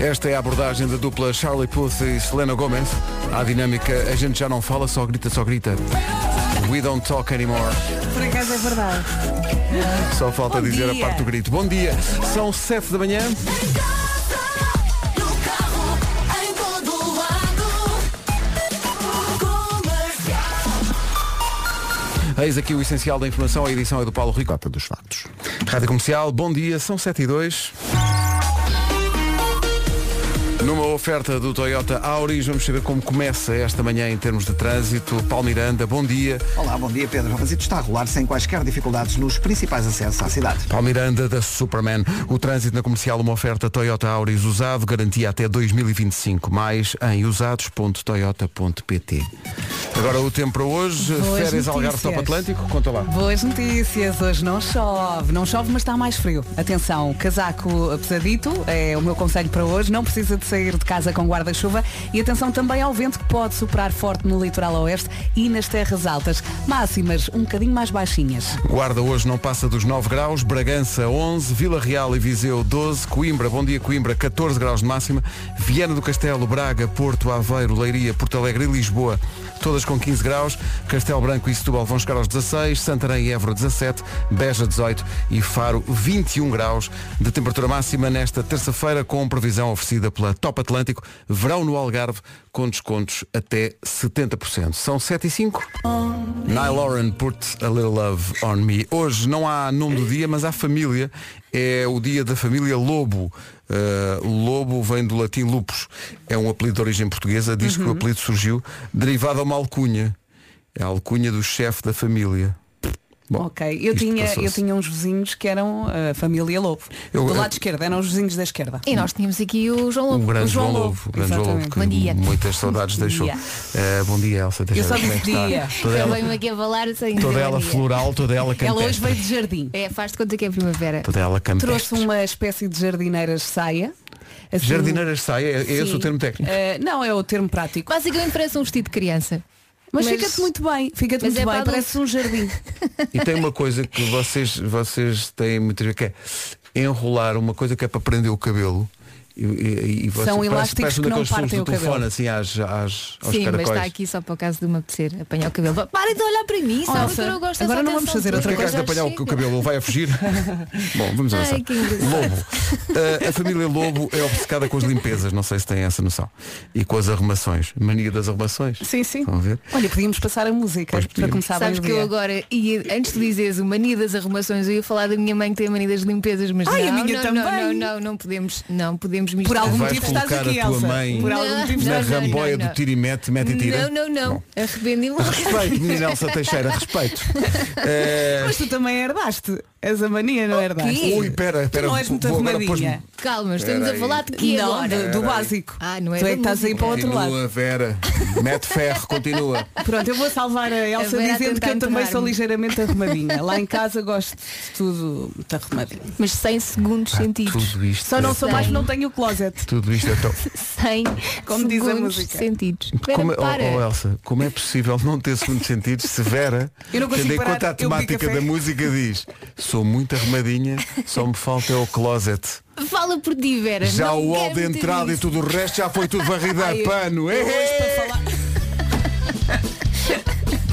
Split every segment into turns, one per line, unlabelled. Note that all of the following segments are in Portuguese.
Esta é a abordagem da dupla Charlie Puth e Selena Gomez. À dinâmica, a gente já não fala, só grita, só grita. We don't talk anymore.
Por acaso é verdade.
Só falta
Bom
dizer
dia.
a parte do grito. Bom dia, são 7 da manhã.
Em casa, no carro, em todo lado. Comercial.
Eis aqui o essencial da informação. A edição é do Paulo Ricota dos Fatos. Rádio Comercial, bom dia, são 7 e 2. Numa oferta do Toyota Auris, vamos saber como começa esta manhã em termos de trânsito. Paulo Miranda, bom dia.
Olá, bom dia Pedro Rapazitos. Está a rolar sem quaisquer dificuldades nos principais acessos à cidade.
Paulo Miranda da Superman. O trânsito na comercial, uma oferta Toyota Auris usado, garantia até 2025. Mais em usados.toyota.pt. Agora o tempo para hoje,
Boas
férias Algarve
notícias.
Top Atlântico, conta lá.
Boas notícias, hoje não chove, não chove, mas está mais frio. Atenção, casaco pesadito é o meu conselho para hoje, não precisa de sair de casa com guarda-chuva e atenção também ao vento que pode soprar forte no litoral oeste e nas terras altas, máximas um bocadinho mais baixinhas.
Guarda hoje não passa dos 9 graus, Bragança 11, Vila Real e Viseu 12, Coimbra, bom dia Coimbra, 14 graus de máxima, Viana do Castelo, Braga, Porto, Aveiro, Leiria, Porto Alegre e Lisboa, todas com 15 graus, Castelo Branco e Setúbal vão chegar aos 16, Santarém e Évora 17, Beja 18 e Faro 21 graus de temperatura máxima nesta terça-feira com previsão oferecida pela Top Atlântico, verão no Algarve com descontos até 70%. São 7 e 5. Nile Lauren put a little love on me. Hoje não há nome do dia, mas há família. É o dia da família Lobo. Uh, lobo vem do latim lupus. É um apelido de origem portuguesa. Diz que o apelido surgiu derivado a uma alcunha. É a alcunha do chefe da família. Bom,
ok, eu
isto
tinha, eu
passou-se.
tinha uns vizinhos que eram a família Lobo.
Eu-
Do
eu-
lado esquerdo, eram os vizinhos da esquerda.
E nós tínhamos aqui o João
O
Lobo.
Um grande
o
João, Lobo, o grande João Lobo,
exatamente.
que
Bom dia.
muitas saudades
Bom
deixou.
dia.
Uh, bom dia, Elsa.
Eu só
Teixeira,
disse
como é que
dia.
está? Toda
Eu
ela,
venho aqui abalar sem
toda
dizer
ela
bom dia.
floral, toda ela
Ela hoje
campestre.
veio de jardim.
É, faz de conta que é primavera.
Toda ela campestre.
Trouxe um- uma espécie de jardineiras saia. assim-
Jardineiras saia, é, é esse
Sim.
o termo técnico.
Eh, não, é o termo prático.
Basicamente parece um vestido de criança.
Mas,
Mas-
fica-te muito bem, fica-te
Mas
muito
é
bem,
para adultos.
parece um jardim.
E tem uma coisa que vocês, vocês têm muito que é enrolar uma coisa que é para prender o cabelo. E, e, e vocês-
São
parece-
elásticos
parece um
que não
daqueles filmes
partem
do
o cabelo.
telefone, assim às, às, aos
Sim, mas
caracóis.
está aqui só para o caso de uma apetecer apanhar o cabelo. Vá, Parem de olhar para mim, sabe
Nossa,
que eu não gosto
agora
dessa
não vamos
atenção
fazer
toda.
Mas o que é que has de
Já
apanhar o,
chega.
o cabelo? Ele vai a fugir? Bom, vamos avançar.
Ai, que engraçado.
Lobo. Ah, a família Lobo é obcecada com as limpezas, não sei se têm essa noção. E com as arrumações. Mania das arrumações.
Sim, sim.
Estão a ver?
Olha, podíamos passar a música
Pois
para
podíamos.
começar bem
Sabes
o
que
dia.
eu agora, ia, antes de dizeres o mania das arrumações, eu ia falar da minha mãe que tem a mania das limpezas, mas
Ai, a
não,
minha
não,
também.
não, não, não, não podemos, não podemos
Por
misturar.
algum
Vai
motivo estás
colocar
aqui,
a tua
Elsa.
mãe
Por algum motivo
Na
Não, não,
ramboia
não,
do
não.
tira e mete, mete e tira.
Não, não, não. Arrependi-me.
Respeito, menina Elsa Teixeira, respeito.
é
Eh,
Mas tu também herdaste essa mania, não herdaste?
Ui, pera, pera.
não és muito
vou- agora
arrumadinha.
pôs-me-
Calma, estamos
Espera aí.
a falar de que
não,
agora?
do, do básico.
Ah, não é
tu é
da
que estás aí para o outro lado.
Continua, Vera. Mete ferro, continua.
Pronto, eu vou salvar a Elsa
Vera a
dizendo que
tentar
eu também sou
enterrar-me.
ligeiramente arrumadinha. Lá em casa gosto de tudo muito arrumadinho.
Mas 100 segundos sentidos.
Tudo isto. é
Só não sou mais,
Sei.
não tenho o closet.
Tudo isto é tão.
100
Como diz a
segundos
música.
sentidos.
Como é,
Vera, para.
oh, oh, Elsa, como é possível não ter segundo sentido se Vera,
Eu não consigo
tendo em
parar,
conta a
eu
temática
bebi
da
café.
música, diz sou muito arrumadinha, só me falta é o closet.
Fala por ti, Vera.
Já
não
o hall
quero
de
meter
entrada e
nisso.
tudo o resto já foi tudo varrido a
Ai, eu-
pano.
eu hoje para
Eh,
falar-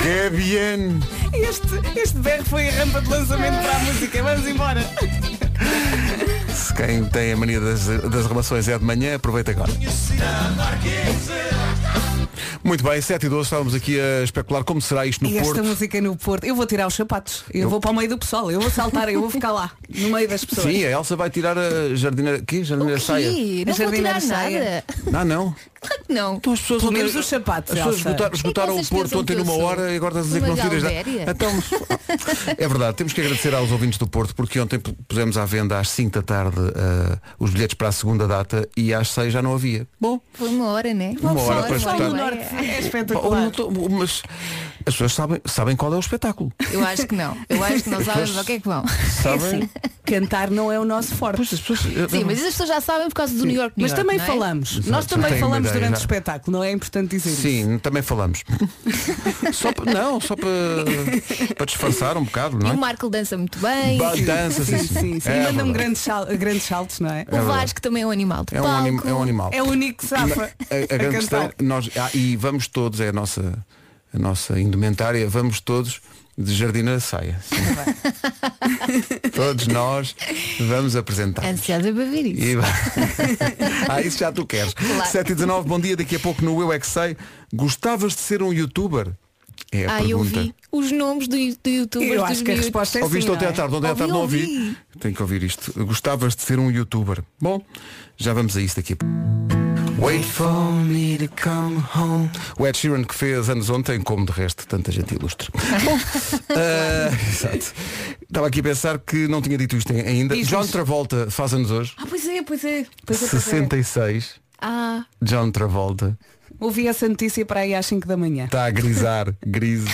Que bien!
Este, este berro foi a rampa de lançamento para a música. Vamos embora.
Se quem tem a mania das, das relações é de manhã, aproveita agora. Muito bem, 7 e 12 estávamos aqui a especular como será isto no
E esta
Porto.
música no Porto. Eu vou tirar os sapatos. Eu, vou para o meio do pessoal. Eu vou saltar. Eu vou ficar lá, no meio das pessoas.
Sim, a Elsa vai tirar a jardineira. Que jardineira saia?
Ih, Não
A
vou
jardineira
tirar
saia.
Não,
nada.
não.
Claro que não.
Então as pessoas
Pelo
ontem-
menos os sapatos,
As pessoas
Elsa.
esgotaram, esgotaram
O que é
o
que vocês
Porto
pensam
ontem
que eu
numa
sou?
hora e agora estás a dizer que
Uma
não tiras
Galdéria?
nada. Então, é verdade, temos que agradecer aos ouvintes do Porto porque ontem p- pusemos à venda às 5 da tarde eh, os bilhetes para a segunda data e às 6 já não havia. Bom,
Foi uma hora, né?
Uma hora para
Pessoal do
escutar.
não é?
Norte. É
Ou
espetacular.
não tô- mas as pessoas sabem, sabem qual é o espetáculo.
Eu acho que não. Eu acho que não sabem para o que é que vão.
Sabem?
assim, Cantar não é o nosso
Tá
forte.
Pois as pessoas. eh, eu-
Sim, mas isso é as pessoas já sabem por causa do New York. New
Mas
York,
também
não é?
falamos.
Exato,
Nós também
tenho uma
falamos
ideia,
durante
já.
o espetáculo, não é importante dizer isso.
Sim, também falamos. só pa- não, só para para disfarçar um bocado,
E
não
o
é?
Marco dança muito bem.
Ba- Dança, sim,
Sim, sim, sim.
É
Mandam
verdade.
grandes, sal- grandes saltos, não é?
O
verdade.
Vasco também é um animal de
É um,
palco.
anim- é um animal.
É o único que
A,
safa
a
a
grande questão,
cantar.
nós, ah, e vamos todos, é a nossa, a nossa indumentária, vamos todos de jardim na saia.
Tá
todos nós vamos apresentar.
Ansiosa para ver isso.
tá. E... ah, isso já tu queres.
Claro.
7 e 19, bom dia, daqui a pouco no Eu É Que Sei. Gostavas de ser um youtuber? É a
Ah, eu
pergunta.
vi os nomes do, do youtubers
Eu
dos
acho que a
miúdos.
resposta é
Ouviste
sim,
ontem
não
à
é?
tarde, ontem à
Ouvi,
tarde não ouvi.
ouvi.
Tenho que ouvir isto. Gostavas de ser um youtuber. Bom, já vamos a isto aqui. Wait for me to come home. O Ed Sheeran que fez anos ontem, como de resto tanta gente ilustre. Bom, ah, exato. Estava aqui a pensar que não tinha dito isto ainda.
Diz,
John
diz.
Travolta faz anos hoje.
Ah, pois é, pois é. Pois é, pois é.
66.
Ah,
John Travolta.
Ouvi essa notícia para aí às 5 da manhã.
Está Tá a grisar, grise.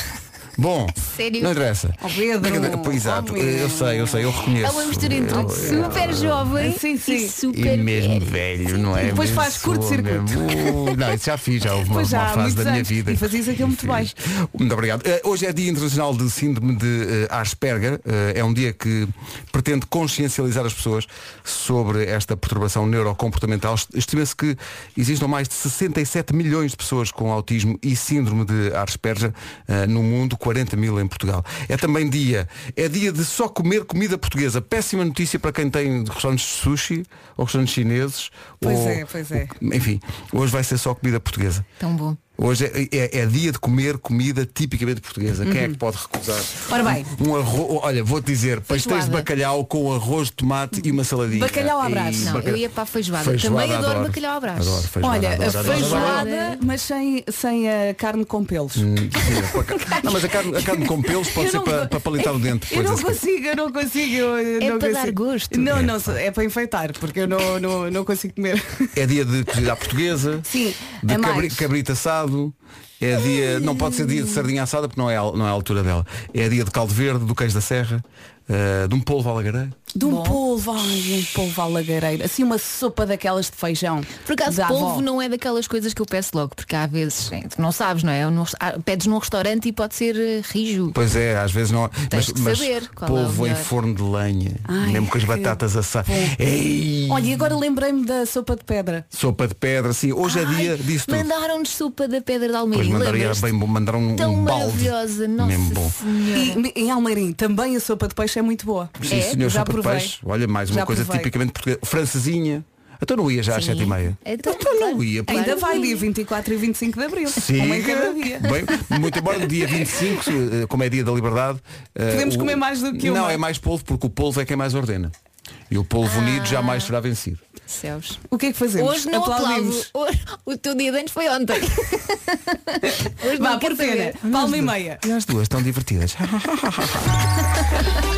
Bom,
Sério?
não interessa.
Oh, Pedro,
Pois, Exato,
oh,
eu
Pedro.
sei, eu sei, eu reconheço.
é uma mistura entre
Eu-
super jovem
Sim, sim.
e
E
super
mesmo
velho.
velho, não é?
Depois
Mesmo
faz curto-circuito.
sou mesmo. Uh, Não, isso já fiz, já houve uma,
Pois já,
uma
há
fase
muitos
da minha
anos.
vida.
E fazias aquilo muito bem.
Muito obrigado. Eh, hoje é Dia Internacional de Síndrome de eh, Asperger. Eh, é um dia que pretende consciencializar as pessoas sobre esta perturbação neurocomportamental. Est- Estima-se que existam mais de 67 milhões de pessoas com autismo e síndrome de Asperger eh, no mundo, 40 mil em Portugal. É também dia, é dia de só comer comida portuguesa. Péssima notícia para quem tem restaurantes de sushi ou restaurantes chineses.
Pois
ou-
é, pois é.
Enfim, hoje vai ser só comida portuguesa.
Tão bom.
Hoje é, é- é dia de comer comida tipicamente portuguesa. Quem é que pode recusar?
Uhum. Ora bem.
Um arroz, olha, vou-te dizer, pastéis de
Feijoada.
bacalhau com arroz de tomate e uma saladinha.
Bacalhau à brás.
E
Não, eu ia para a feijoada. Também adoro bacalhau à brás.
Adoro feijoada.
Olha,
adoro,
a
adoro, adoro.
feijoada, mas sem, sem a carne com pelos.
Não, mas a carne, a carne com pelos pode
Eu
ser
não
para,
go-
para palitar o dente.
Eu
depois,
não
assim.
consigo, eu não consigo. eu
É
não
para dar
consigo.
gosto.
Não, não, é para enfeitar, porque eu não, não, não consigo comer.
É dia de cozida à portuguesa.
Sim,
de
a mais.
cabri- cabrito assado. É dia, não pode ser dia de sardinha assada porque não é, a- não é a altura dela. É dia de caldo verde, do queijo da serra, eh, de um polvo à lagareira.
De um polvo, ai, um polvo à lagareira. Assim uma sopa daquelas de feijão.
Por acaso,
da avó.
polvo não é daquelas coisas que eu peço logo, porque há vezes, é, tu não sabes, não é? Eu não- ah, pedes num restaurante e pode ser eh, rijo.
Pois é, às vezes não.
Tens que saber qual é o
polvo em
melhor.
forno de lenha,
Ai,
mesmo com as
que
batatas assadas. Ei!
Olha, e agora lembrei-me da sopa de pedra.
Sopa de pedra, sim, hoje é
Ai,
dia disso tudo.
Mandaram-nos sopa da Pedra de
Pois
Almeirim.
mandaria
lembras-te?
bem bom, mandaram um,
Tão
um balde.
maravilhosa, nossa
mesmo bom.
senhora.
E em Almeirim também a sopa de peixe é muito boa.
Sim,
É?
senhor,
Já
sopa de
provei.
peixe. Olha, mais uma
Já
coisa
provei.
tipicamente portuguesa. Francesinha. Então não ia já às
Sim.
7 e meia.
É,
Então,
não ia. pá.
Ainda
Claro.
vai dia 24 e 25 de Abril.
Sim.
Uma em cada dia.
Bem, muito embora no dia 25, se, eh, como é dia da liberdade. eh,
Podemos comer mais do que
Não,
uma. Ah.
é mais polvo, porque o polvo é quem mais ordena. E o polvo unido jamais será vencido.
Céus.
O que é que fazemos?
Hoje não aplaudo.
Aplaudimos.
Hoje- o teu dia de anos foi ontem. Hoje
Vá,
não quero
por pena.
saber.
Palma e meia.
E as duas estão divertidas.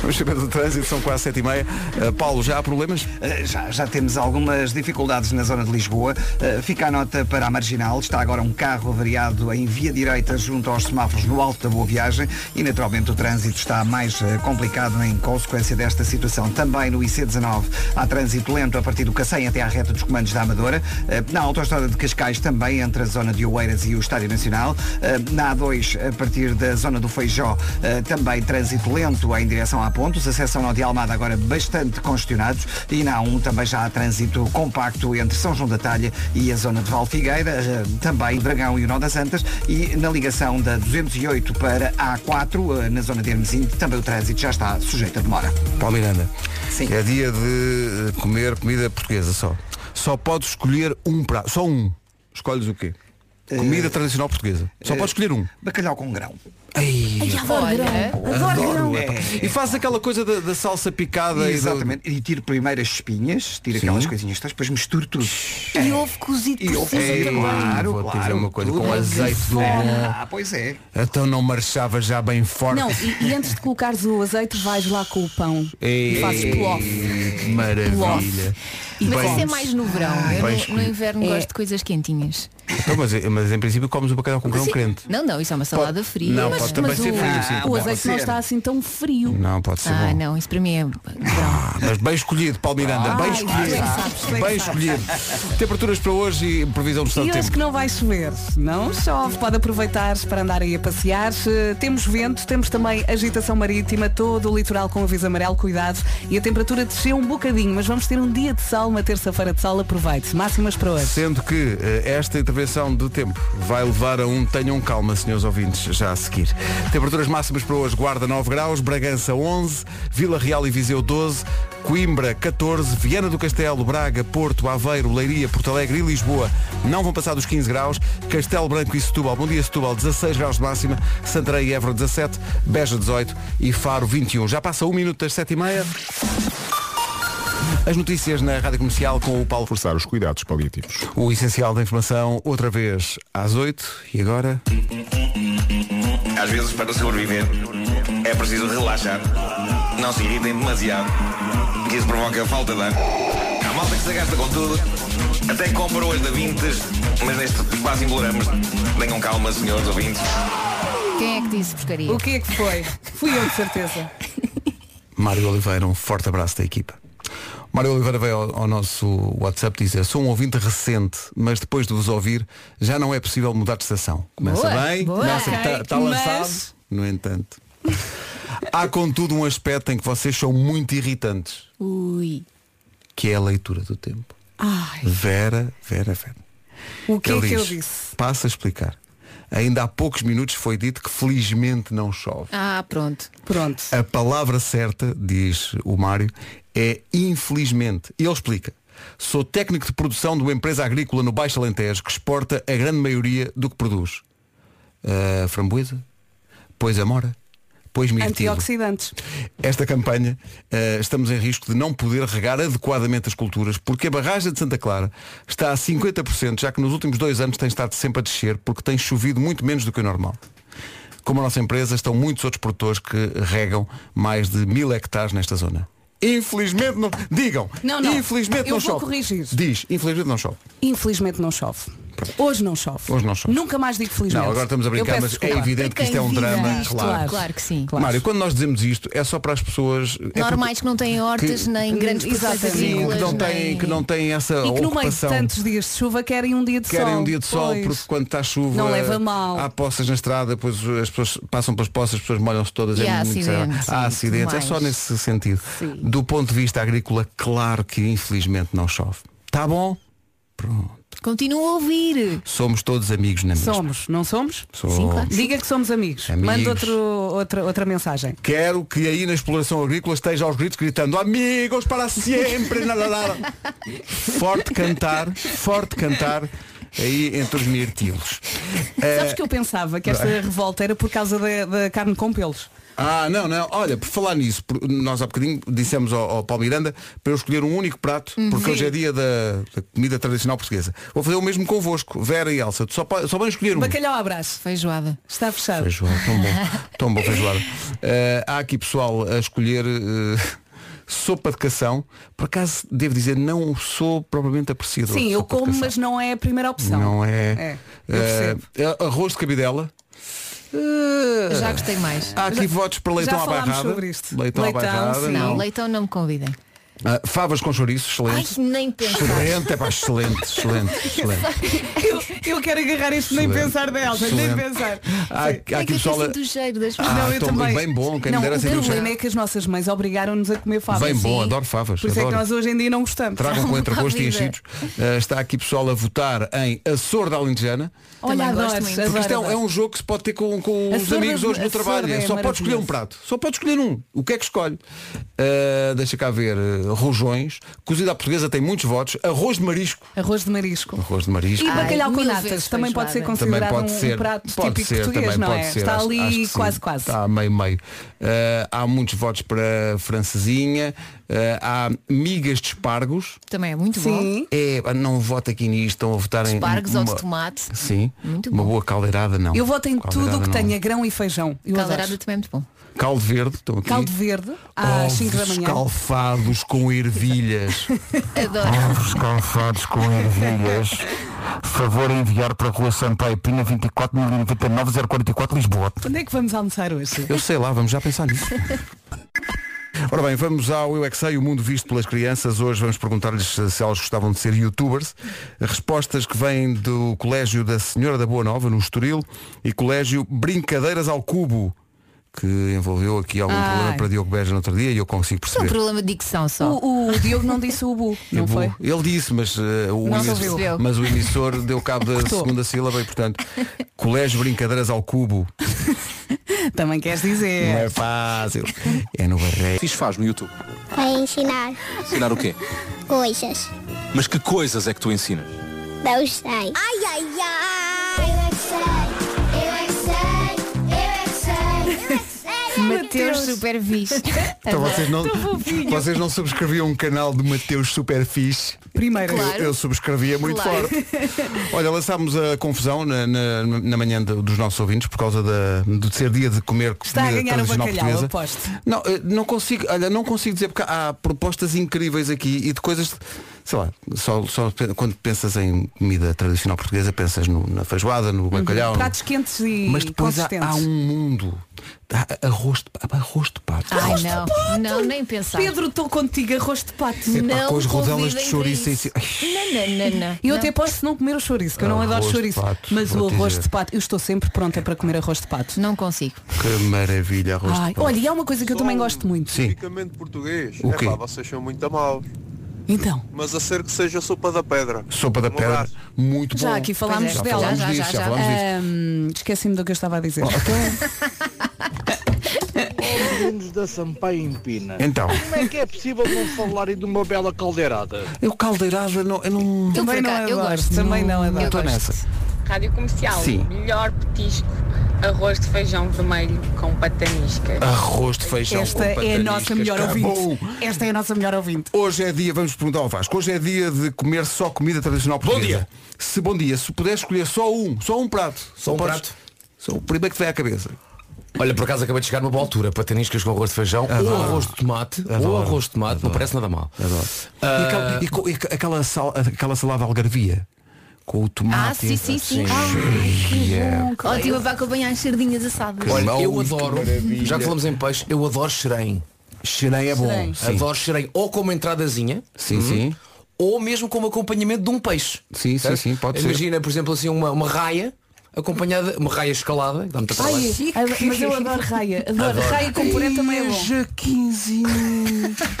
Vamos saber do trânsito, são quase sete e meia. Uh, Paulo, já há problemas?
Uh, Já, já temos algumas dificuldades na zona de Lisboa. Uh, Fica a nota para a marginal. Está agora um carro avariado em via direita junto aos semáforos no alto da Boa Viagem e naturalmente o trânsito está mais uh, complicado em consequência desta situação. Também no IC19 há trânsito lento a partir do Cacém até à reta dos comandos da Amadora. Uh, Na autoestrada de Cascais também entre a zona de Oeiras e o Estádio Nacional. Uh, Na A2 a partir da zona do Feijó uh, também trânsito lento em direção a Pontos. A seção norte de Almada agora bastante congestionados e na A1 também já há trânsito compacto entre São João da Talha e a zona de Valfigueira, eh, também Dragão e o Nó das Antas e na ligação da 208 para a A4, eh, na zona de Hermesim, também o trânsito já está sujeito a demora.
Paulo Miranda.
Sim.
É dia de uh, comer comida portuguesa só. Só podes escolher um prato. Só um. Escolhes o quê? Comida tradicional portuguesa. Só podes escolher um.
Eh, Bacalhau com grão.
Ai,
Olha,
adoro. epá. E faz aquela coisa da, da salsa picada e da-
Exatamente. E tiro primeiro as espinhas, tiro
Ah, Sim.
aquelas coisinhas todas, depois misturo tudo.
É.
e houve cozido
E
por
houve
cima
Ei,
cozido,
também.
claro,
vou te dizer
claro,
uma coisa,
tudo.
com azeite do bom.
Ah, pois é.
é Então não marchava já bem forte.
Não, e, e antes de colocares o azeite vais lá com o pão
Ei,
e fazes plof.
Maravilha.
Plof.
Mas
Bem,
isso é mais no verão.
Bem
Eu no, no
escolhido.
inverno
É.
gosto de coisas quentinhas.
Então, mas, mas em princípio comes o bacalhau
Um
com grão
Sim.
crente.
Não, não, isso é uma salada fria.
não,
mas
pode também
mas
ser
o...
frio,
sim.
o
pode
azeite
ser.
não está assim tão frio.
Não, pode ser
Ah,
bom.
não, isso para mim é verão.
Mas bem escolhido, Paulo Miranda. bem
Ai, tu
escolhido.
é que sabes, tu é que
Bem
sabes.
escolhido. Temperaturas para hoje e previsão do estado
E
do
hoje
tempo.
que não vai chover, não chove, pode aproveitar para andar aí a passear. Eh, Temos vento, temos também agitação marítima, todo o litoral com aviso amarelo, cuidado. E a temperatura desceu um bocadinho, mas vamos ter um dia de sol, uma terça-feira de sol, aproveite. Máximas para hoje.
Sendo que eh, esta intervenção do tempo vai levar a um tenham calma, senhores ouvintes, já a seguir. Temperaturas máximas para hoje, Guarda 9 graus, Bragança 11, Vila Real e Viseu 12, Coimbra 14, Viana do Castelo, Braga, Porto, Aveiro, Leiria, Porto Alegre e Lisboa não vão passar dos 15 graus, Castelo Branco e Setúbal, Bom dia Setúbal 16 graus de máxima, Santarém e Évora 17, Beja 18 e Faro 21. Já passa um minuto das 7h30. As notícias na Rádio Comercial com o Paulo
Forçar os cuidados paliativos.
o essencial da informação, outra vez às 8 e agora.
Às vezes, para sobreviver, é preciso relaxar. Não se irritem demasiado, que isso provoca falta de ar. Há malta que se gasta com tudo, até compra hoje da Vintes, mas neste quase embolamos. Tenham calma, senhores ouvintes.
Quem é que disse porcaria?
O que é que foi? Fui eu, de certeza.
Mário Oliveira, um forte abraço da equipa. Mário Oliveira veio ao, ao nosso WhatsApp dizer, sou um ouvinte recente, mas depois de vos ouvir já não é possível mudar de estação. Começa
Boa,
bem,
boa.
começa,
Ok,
tá, tá lançado,
mas-
no entanto. Há contudo um aspecto em que vocês são muito irritantes,
Ui.
que é a leitura do tempo.
Ai,
Vera, Vera, Vera.
o que é
Ele
que eu
diz,
disse?
Passa a explicar. Ainda há poucos minutos foi dito que felizmente não chove.
Ah, pronto.
Pronto.
A palavra certa, diz o Mário, é infelizmente. E ele explica. Sou técnico de produção de uma empresa agrícola no Baixo Alentejo que exporta a grande maioria do que produz. Ah, framboesa, pois amora, pois mirtilo.
Antioxidantes.
Esta campanha ah, estamos em risco de não poder regar adequadamente as culturas porque a barragem de Santa Clara está a 50%, já que nos últimos dois anos tem estado sempre a descer porque tem chovido muito menos do que o normal. Como a nossa empresa, estão muitos outros produtores que regam mais de mil hectares nesta zona. Infelizmente não. Digam!
Não, não.
Infelizmente
Eu
não
vou
chove.
corrigir.
Diz, infelizmente não chove.
Infelizmente não chove. Hoje não chove.
Hoje não chove.
Nunca mais digo felizmente.
Não, agora estamos a
Eu
brincar,
peço
mas é
desculpa.
evidente que isto é um
Para quem vive
drama,
isto,
claro.
Claro que sim.
Claro.
Mário, quando nós dizemos isto, é só para as pessoas. é porque-
Normais que não têm hortas
que-
nem grandes
Exatamente.
exatas
Sim, assim, que não têm, que não têm essa
E que no meio de
ocupação.
tantos dias de chuva querem um dia de sol.
Querem um dia de sol
Pois.
porque quando está chuva
Não leva mal.
há poças na estrada, depois as pessoas passam pelas poças, as pessoas molham-se todas,
E
é
há
muito
acidentes,
desagradável. Há
e
acidentes, é
tudo
só
mais.
nesse sentido.
Sim.
Do ponto de vista agrícola, claro que infelizmente não chove. Tá bom?
Continuam a ouvir.
Somos todos amigos na mesma.
Somos, não somos?
Somos.
Sim, claro.
Diga que somos amigos.
Amigos.
Manda outro, outra, outra mensagem.
Quero que aí na exploração agrícola esteja aos gritos gritando amigos para sempre. nada, nada. Forte cantar, forte cantar aí entre os mirtilos. É. Eh,
Sabes que eu pensava que esta revolta era por causa da, da carne com pelos.
Ah, não, não. Olha, por falar nisso, por- nós há bocadinho dissemos ao, ao Paulo Miranda para eu escolher um único prato,
Uhum.
porque hoje é dia da, da comida tradicional portuguesa. Vou fazer o mesmo convosco, Vera e Elsa. Tu Só, pa- só vão escolher um.
Bacalhau à brás.
Feijoada.
Está fechado.
Feijoada, tão bom. tão bom feijoada. Eh, há aqui pessoal a escolher eh, sopa de cação. Por acaso, devo dizer, não sou propriamente apreciador.
Sim,
de
eu
sopa de
como,
cação.
mas não é a primeira opção.
Não é.
É, eu percebo.
Eh, arroz de cabidela. Eh,
Já gostei mais.
Há aqui votos para leitão
já
à
falámos
barrada.
sobre isto.
Leitão, à
Leitão,
barrada.
sim.
Não,
Não.
leitão não me convidem.
Ah, favas com chouriço,
Ai,
excelente.
nem pensar.
Excelente, é pá, excelente, excelente, excelente.
Eu, eu quero agarrar isto nem
Excelente.
pensar dela, nem
Excelente.
pensar.
Há, há
É
assim
aqui
que eu
pessoal. a-
sinto o cheiro das
Ah,
Não, eu
tão bem,
também.
bem bom, quem
não,
me dera
o
sentir o cheiro.
problema é que as nossas mães obrigaram-nos a comer favas.
Bem bom,
Sim.
adoro favas.
Por isso é
adoro.
que nós hoje em dia não gostamos.
Tragam com entrecosto e
Vida.
enchidos. Ah, está aqui pessoal a votar em Açor da Alentejana.
Olha,
Também gosto
adoro,
muito.
Porque
adoro,
isto é, um-
adoro.
é um jogo que se pode ter com, com os
Oh, Açor
amigos
da-
hoje no
Açor
trabalho.
é
É só pode escolher um
maravilhoso.
prato. Só pode escolher um. O que é que escolhe? Ah, deixa cá ver. ah, Rojões. Cozida à portuguesa tem muitos votos. Arroz de marisco.
Arroz de marisco.
Arroz de marisco.
E
Ai,
bacalhau com
mil
natas
vezes
também pode ser
feijoada.
considerado
também pode
um
ser,
prato
pode
típico
ser,
português,
também
não
pode
é?
ser,
Está
acho- acho
ali
que sim. Tá,
quase, quase.
Está a meio, meio. Eh, há muitos votos para francesinha, eh, há migas de espargos.
Também é muito bom.
Sim.
É, pá, não voto aqui nisto, estão a votar em.
Espargos ou
uma...
de tomate.
Sim,
Muito
uma
bom.
boa caldeirada não.
Eu voto em tudo o
Caldeirada
que
não.
tenha grão e feijão. Eu
Caldeirada
adoro.
também é muito bom.
Caldo verde, estão aqui.
Caldo verde Ah, às 5 da
Ovos
manhã.
Calfados com com ervilhas.
Adoro.
Ovos calçados com ervilhas. Favor enviar para a Rua Sampaio Pina 2499044 Lisboa.
Onde é que vamos almoçar hoje?
Eu sei lá, vamos já pensar nisso. Ora bem, vamos ao Eu é que Sei, o mundo visto pelas crianças. Hoje vamos perguntar-lhes se se elas gostavam de ser youtubers. Respostas que vêm do Colégio da Senhora da Boa Nova, no Estoril, e Colégio Brincadeiras ao Cubo, que envolveu aqui algum
Ai.
problema para Diogo Beja no outro dia e eu consigo
É um
perceber.
problema de dicção só.
O, o Diogo não disse o Bu, não
Eu vou-
foi?
Ele disse, mas, eh, o
Não
emissor-
se ouviu.
mas o emissor deu cabo da
Cortou.
segunda sílaba e, portanto, Colégio Brincadeiras ao Cubo.
Também queres dizer.
Não é fácil. É no barreiro.
Fiz faz no YouTube.
A ensinar
Ensinar o quê?
coisas.
Mas que coisas é que tu ensinas?
Não sei.
Ai, ai, ai.
Eu é que sei, eu é que sei, eu é que sei.
Mateus Supervis.
Então vocês não,
É. fofinho.
vocês não subscreviam um canal de Mateus Superfixe?
Primeiro.
Claro.
Eu, eu subscrevia muito
Claro.
forte. Olha, lançámos a confusão na, na, na manhã do- dos nossos ouvintes por causa da, de ser dia de comer
Está a
comida
ganhar o
tradicional
bacalhau,
portuguesa.
aposto.
Não, eh, não consigo, olha, não consigo dizer porque há propostas incríveis aqui e de coisas, sei lá, só, só pe- quando pensas em comida tradicional portuguesa pensas no- na feijoada,
Uhum.
no bacalhau. no-
Pratos quentes e
Mas depois há,
consistentes.
há um mundo. Há arroz de, pa- arroz de pato.
Ai não, não, nem pensar.
Pedro, estou contigo, arroz de pato.
Epá,
não
com as rodelas de
convidem
chouriço
para
em
isso.
cima.
Não, não, não, não.
Eu
Não.
até posso não comer o chouriço, que eu não
Arroz
adoro
de
chouriço.
pato,
mas o
vou-te
arroz
dizer.
de pato, eu estou sempre pronta para comer arroz de pato.
Não consigo.
Que maravilha, arroz
Ai,
de pato.
olha, e há uma coisa que eu também gosto muito.
Sim.
Tipicamente português.
O quê?
Epá, vocês são muito maus.
Então,
Mas a ser que seja sopa da pedra.
Sopa da
Um
pedra,
abraço.
muito bom.
já aqui falámos
Pois é,
dela.
falámos
Já, já,
disso,
já, É. já.
falámos disso. Oh, então.
Ahm, Esqueci-me do que eu estava a dizer.
Meninos da Sampaio em Pina.
Então,
Como é que é possível não falarem de uma bela caldeirada?
eu caldeirada, não, eu não. é
Eu, Então, por
Também não
acaso, eu
adoro,
gosto.
também não
eu
adoro.
Estou
gosto.
nessa.
Rádio comercial,
Sim.
melhor petisco, arroz de feijão vermelho com pataniscas.
Arroz de feijão.
Esta
com
é a
pataniscas,
nossa melhor
tá bom.
ouvinte. Esta é a nossa melhor ouvinte.
Hoje é dia, vamos perguntar ao Vasco, hoje é dia de comer só comida tradicional portuguesa.
dia.
Se bom dia, se puder escolher só um, só um prato. Só
um
podes-
prato?
Só o primeiro que te vem à cabeça.
Olha, por acaso acabei de chegar numa boa altura para teniscas com arroz de feijão ou arroz de tomate ou arroz de tomate, não parece nada mal. Ah.
E aquela, e co- e ca- aquela, sal- aquela salada algarvia. Com o tomate.
Ah, sim, sim, sim.
Yeah.
Ah, Ótima para acompanhar as sardinhas assadas.
Olha,
Irmão,
eu
que
adoro,
maravilha.
já que falamos em peixe, eu adoro xerém.
Xerém é bom. Sim,
Adoro xerém ou como entradazinha hum,
sim. sim.
ou mesmo como acompanhamento de um peixe.
Sim, sim,
Certo?
sim, pode ser.
Imagina, por exemplo, assim uma, uma raia acompanhada, uma raia escalada, que dá muita trabalho.
Ai, adoro- Ah, mas eu adoro raia. Adoro. Raia com puré também é bom.
Jaquinzinhos.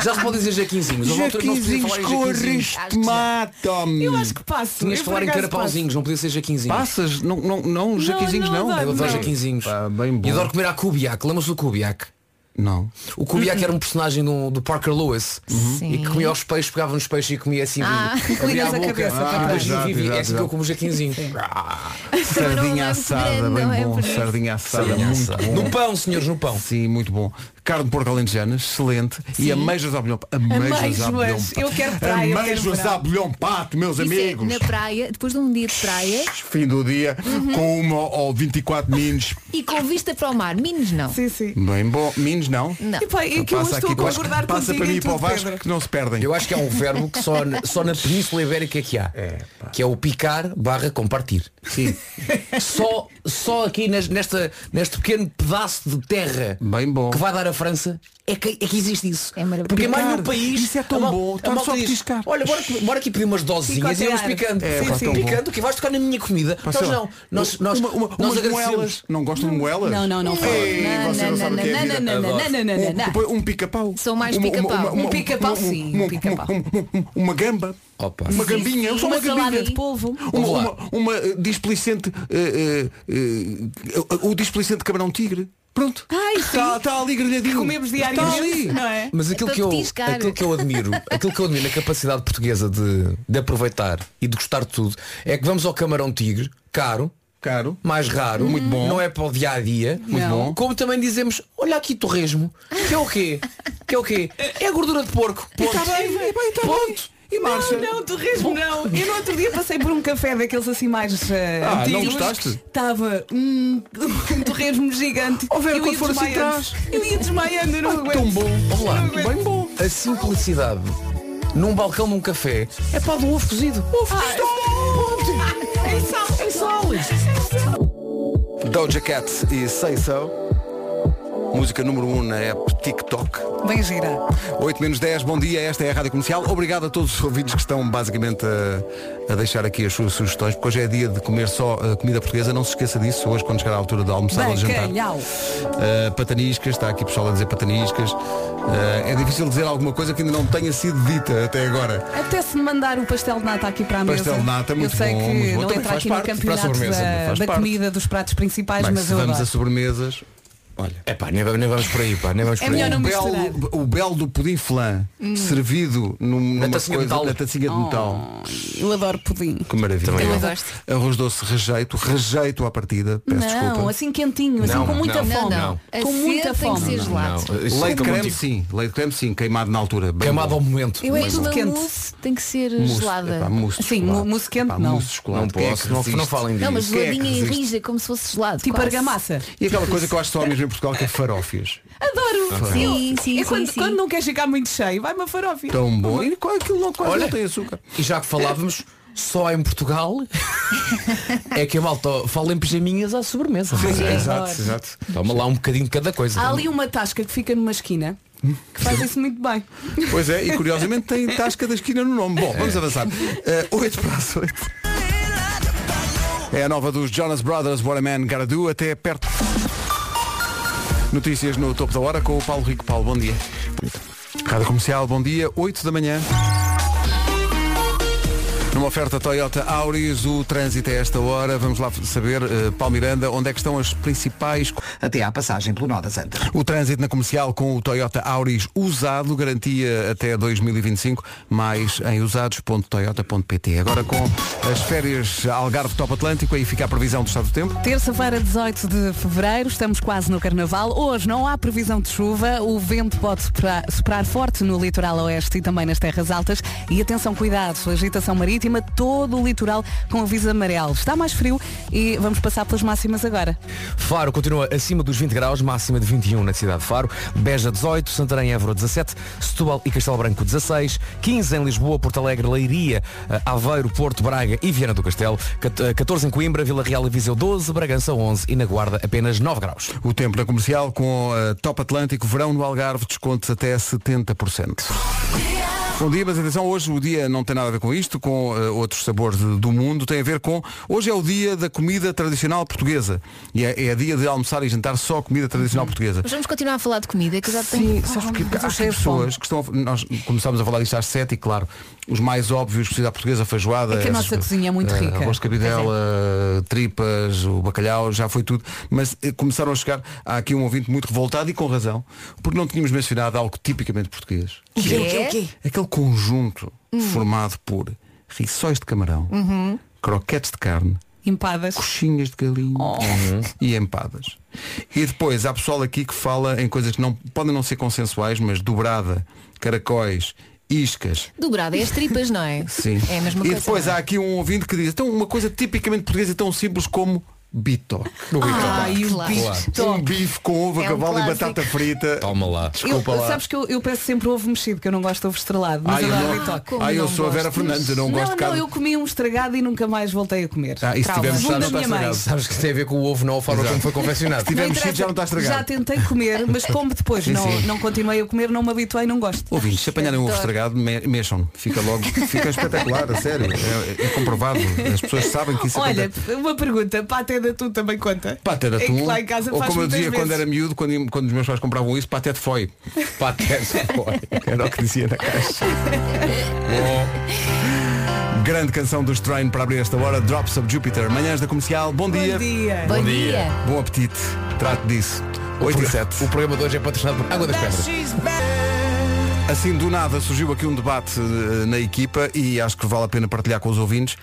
Já se pode dizer jaquinzinhos. Houve uma altura que não se podia
Jaquinzinhos
falar em
com
jaquinzinhos.
arroz de tomate. homem.
Eu acho que passo.
Tinhas de
Eu, por
falar em
acaso,
carapauzinhos, não podia ser jaquinzinhos.
Passas? Não, não, não, jaquinzinhos não.
não
Eu
adoro.
adoro
Não.
jaquinzinhos.
Pá, bem bom.
E adoro comer a Kubiak. Lembras do Kubiak?
Não.
O Kubiak era um personagem do, do Parker Lewis
Uhum. Sim.
e que comia os peixes, pegava nos peixes e comia assim.
Ah,
abria
inclinas a cabeça
e
para
trás.
depois
Ah, Exato, exato,
vivia. É assim que
exato.
eu como o jaquinzinho.
Sardinha
Também não é muito grande,
assada,
não é
bem bom.
por isso.
Sardinha assada,
Sardinha
muito
assada.
bom.
No pão, senhores, no pão.
Sim, muito bom. Carne de porco alentejana, excelente. E ameijas à bolhão Ameijas à bolhão
Amêijoas. Eu quero praia, eu quero
Ameijas
verão.
à bolhão pato, meus
Isso é,
amigos.
na praia, depois de um dia de praia
Fim do dia, com uma ou 24 minos.
e com vista para o mar. Minos não.
Sim, sim.
Bem bom. Minos não?
Não.
E pá,
Então
é que eu hoje estou a
para o Vasco.
concordar contigo
Passa para
em
mim e para o
tudo,
Vasco
Pedro.
que não se perdem.
Eu acho que há um verbo que só, na- só na Península Ibérica é que há. que é o picar barra compartir. Sim. só, só aqui nas- nesta, neste pequeno pedaço de terra
Bem bom.
que vai dar a França é que, é que existe isso.
É maravilhoso.
Porque mais
Picar.
no país.
Isso é tão
a mal-
bom,
a
torna
malta
só a
diz,
petiscar.
Olha, bora, bora aqui pedir umas dosinhas e vamos
Picotear.
picando.
É, pá, tão bom.
picando, o que vais tocar na minha comida.
sei
nós
lá.
não. Nós, nós,
uma, uma,
nós
umas
agradecemos.
moelas. Não gostam de moelas?
Não, não, não.
Ei,
Não,
você não,
não,
sabe o que é
não,
vida.
não, não, não, não, não, não, não.
Depois um pica-pau.
Sou mais
Uma- uma-
pica-pau.
uma- uma-
Um pica-pau, sim, um
uma-
pica-pau.
uma- uma- Uma gamba.
Opa.
Uma
Sim.
gambinha. Eu sou uma
Uma
gambinha.
salada de polvo.
Uma,
Vamos
uma,
lá.
uma, eh, displicente. eh, eh, eh, o displicente camarão tigre. Pronto.
Ai, sim.
Está tá ali grelhadinho.
Comemos
Está ali.
diariamente, não é?
Mas aquilo,
para
que eu,
petiscar.
aquilo que eu admiro, aquilo que eu admiro na capacidade portuguesa de, de aproveitar e de gostar de tudo, é que vamos ao camarão tigre, caro,
Caro.
mais raro, muito bom, não é para o dia a dia, muito
bom.
Como também dizemos, olha aqui torresmo, que é o quê? Que é o quê? É gordura de porco. Ponto.
tá
Está bem, bem, bem, está
Ponto.
bem. e marcha.
Não, não, tu res-me não. Eu no outro dia passei por um café daqueles assim mais eh,
Ah, não
antigos.
gostaste?
Estava um, um torresmo gigante.
Ó, Vera,
eu
quando
ia
for assim, Ah,
desmaiando.
traz.
Eu ia desmaiando, eu não aguento.
Tão bom. Vamos lá.
Não aguento.
Bem bom. A simplicidade num balcão num café é pá de um ovo cozido. Ovo
Ah, é
cozido.
Em É sal, em sal.
Doja Cat e Say So. Música número 1 um na app TikTok.
Bem gira.
8 menos 10, bom dia, esta é a Rádio Comercial. Obrigado a todos os ouvintes que estão basicamente eh, a, a deixar aqui as suas sugestões, porque hoje é dia de comer só eh, comida portuguesa. Não se esqueça disso, hoje quando chegar a altura de almoçar ou de jantar.
Bacalhau.
Uh, pataniscas, está aqui pessoal a dizer pataniscas. Uh, é difícil dizer alguma coisa que ainda não tenha sido dita até agora.
Até se me mandar o pastel de nata aqui para a mesa.
Pastel de nata, é muito
Eu sei
bom,
que
muito bom.
não
Também
entra
faz
aqui no
parte,
campeonato
para a sobremesa,
da,
faz
da
parte.
comida dos pratos principais,
Bem,
mas
se
eu
vamos
adoro.
a sobremesas. Olha.
É pá, nem, nem vamos por aí, pá, nem vamos
É
por
melhor
aí.
não
o,
misturar. Hum.
belo, o belo do pudim flan, servido num-
Na
numa
tacinha de
coisa,
metal.
na tacinha de metal.
Oh, Eu adoro pudim.
Que maravilha.
Também Eu gosto.
Arroz doce, rejeito, rejeito à partida. Peço
não,
desculpa.
assim quentinho, assim
Não,
com muita
não,
Não,
fome.
não.
Com
Assim tem
muita
que
fome.
ser gelado.
Isso
Leite
é
creme
contigo.
sim, leite creme sim, queimado na altura. Bem
Queimado
bom.
ao momento.
Eu é que
Bem bom.
uma
quente.
mousse tem que ser
Mousse,
gelada.
epá, mousse de
Sim,
chocolate.
Assim, mousse quente,
Epá,
não.
mousse de chocolate.
Não
Quem é que
posso, não,
resiste?
não falem disso.
não, mas
Quem é que
geladinha e
resiste?
rija, como se fosse gelado.
Tipo
quase.
argamassa.
E aquela coisa que eu acho que só mesmo em Portugal que é farófias.
Adoro.
Sim, sim,
é
sim,
quando,
sim.
quando não quer ficar muito cheio, vai uma farófia.
Tão bom. E qual- aquilo não, quase
Olha.
não tem açúcar.
E já que falávamos, só em Portugal é que a malta fala em pijaminhas à sobremesa.
Exato, exato.
Toma lá um bocadinho de cada coisa.
Há ali uma tasca que fica numa esquina que faz isso muito bem.
Pois é, e curiosamente tem Tasca da Esquina no nome. Bom,
É.
vamos avançar. Uh, 8 para as 8. É a nova dos Jonas Brothers, What a Man Gotta Do, até perto. Notícias no topo da hora com o Paulo Rico. Paulo, bom dia. Rádio Comercial, bom dia, 8 da manhã. Numa oferta Toyota Auris, o trânsito é esta hora. Vamos lá saber, eh, Paulo Miranda, onde é que estão as principais
Até à passagem pelo Nó das Antas.
o trânsito na comercial com o Toyota Auris usado, garantia até 2025, mais em usados.toyota.pt. Agora com as férias Algarve Top Atlântico, aí fica a previsão do estado do tempo.
Terça-feira, 18 de fevereiro, estamos quase no carnaval. Hoje não há previsão de chuva, o vento pode sopra- soprar forte no litoral oeste e também nas terras altas. E atenção, cuidado, agitação marítima, todo o litoral com aviso amarelo. Está mais frio e vamos passar pelas máximas agora.
Faro continua acima dos 20 graus, máxima de 21 na cidade de Faro, Beja 18, Santarém e Évora 17, Setúbal e Castelo Branco 16, 15 em Lisboa, Porto Alegre, Leiria, eh, Aveiro, Porto, Braga e Viana do Castelo, cat- eh, 14 em Coimbra, Vila Real e Viseu 12, Bragança 11 e na Guarda apenas 9 graus.
O tempo na comercial com a Top Atlântico, verão no Algarve, descontos até 70%. Bom dia, mas atenção, hoje o dia não tem nada a ver com isto, com eh, outros sabores de- do mundo, tem a ver com. Hoje é o dia da comida tradicional portuguesa. E é, é dia de almoçar e jantar só comida tradicional portuguesa.
Mas vamos continuar a falar de comida, que eu já
Sim,
tenho.
sabes porquê? Porque
mas
há
eu
aqui
sei a
pessoas que estão a, Nós começámos a falar disto às sete e claro, os mais óbvios, precisa a portuguesa, feijoada.
É que a nossa
essas-
cozinha é muito
eh,
rica. é.
Arroz de cabidela, tripas, o bacalhau, já foi tudo. Mas eh, começaram a chegar, há aqui um ouvinte muito revoltado e com razão, porque não tínhamos mencionado algo tipicamente português. é
O quê? O quê? O quê?
Aquele conjunto
Hum.
formado por rissóis de camarão, croquetes de carne,
Empadas.
Uhum.
Oh.
coxinhas de galinha
Uhum.
e empadas. E depois há pessoal aqui que fala em coisas que não, podem não ser consensuais, mas dobrada, caracóis, iscas.
Dobrada, é as tripas, não é? É a mesma
e
coisa.
depois
não
há
é?
aqui um ouvinte que diz, então uma coisa tipicamente portuguesa e tão simples como bitoque.
Ah,
e o
claro.
bicho.
Um bife com ovo,
É um
cavalo e
clássico.
batata frita.
Toma lá.
Eu,
Desculpa lá.
sabes que eu, eu peço sempre ovo mexido, que eu não gosto de ovo estrelado, mas
Ai, eu
adoro
não-
bitoque.
Como
Ah, eu
não
sou a Vera
gostas?
Fernandes, eu não,
Não,
gosto de
não,
carne.
eu comi um estragado e nunca mais voltei a comer.
Ah, e se
Traumas.
tivermos
Segundo
já não
a
está
minha mãe.
estragado.
Sabes que isso tem a ver com o ovo não a forma como foi confeccionado.
Se tivermos
interessa,
sido já não está estragado.
Já tentei comer, mas como depois
Sim,
não,
sim.
não continuei a comer, não me habituei, não gosto.
Ouvintes, se apanharem um ovo
Adoro.
estragado, me- mexam. Fica logo, fica espetacular, a sério. É, é comprovado. As pessoas sabem que isso é
Olha,
acontece.
uma pergunta, pátê de atum também conta?
Pata de
É que
atum,
lá em casa
ou
faz
como eu
muitas
dizia quando
vezes.
era miúdo, quando, quando os meus pais compravam isso, paté de foi. Era o que dizia na caixa.
Oh.
Bom. Grande canção dos Train para abrir esta hora, Drops of Jupiter. Manhãs da comercial, bom,
Bom
dia.
dia.
Bom,
dia.
dia.
Bom apetite. Trato disso. 8 e 7.
O programa de hoje é patrocinado por Água das Pedras.
Assim do nada surgiu aqui um debate eh, na equipa e acho que vale a pena partilhar com os ouvintes.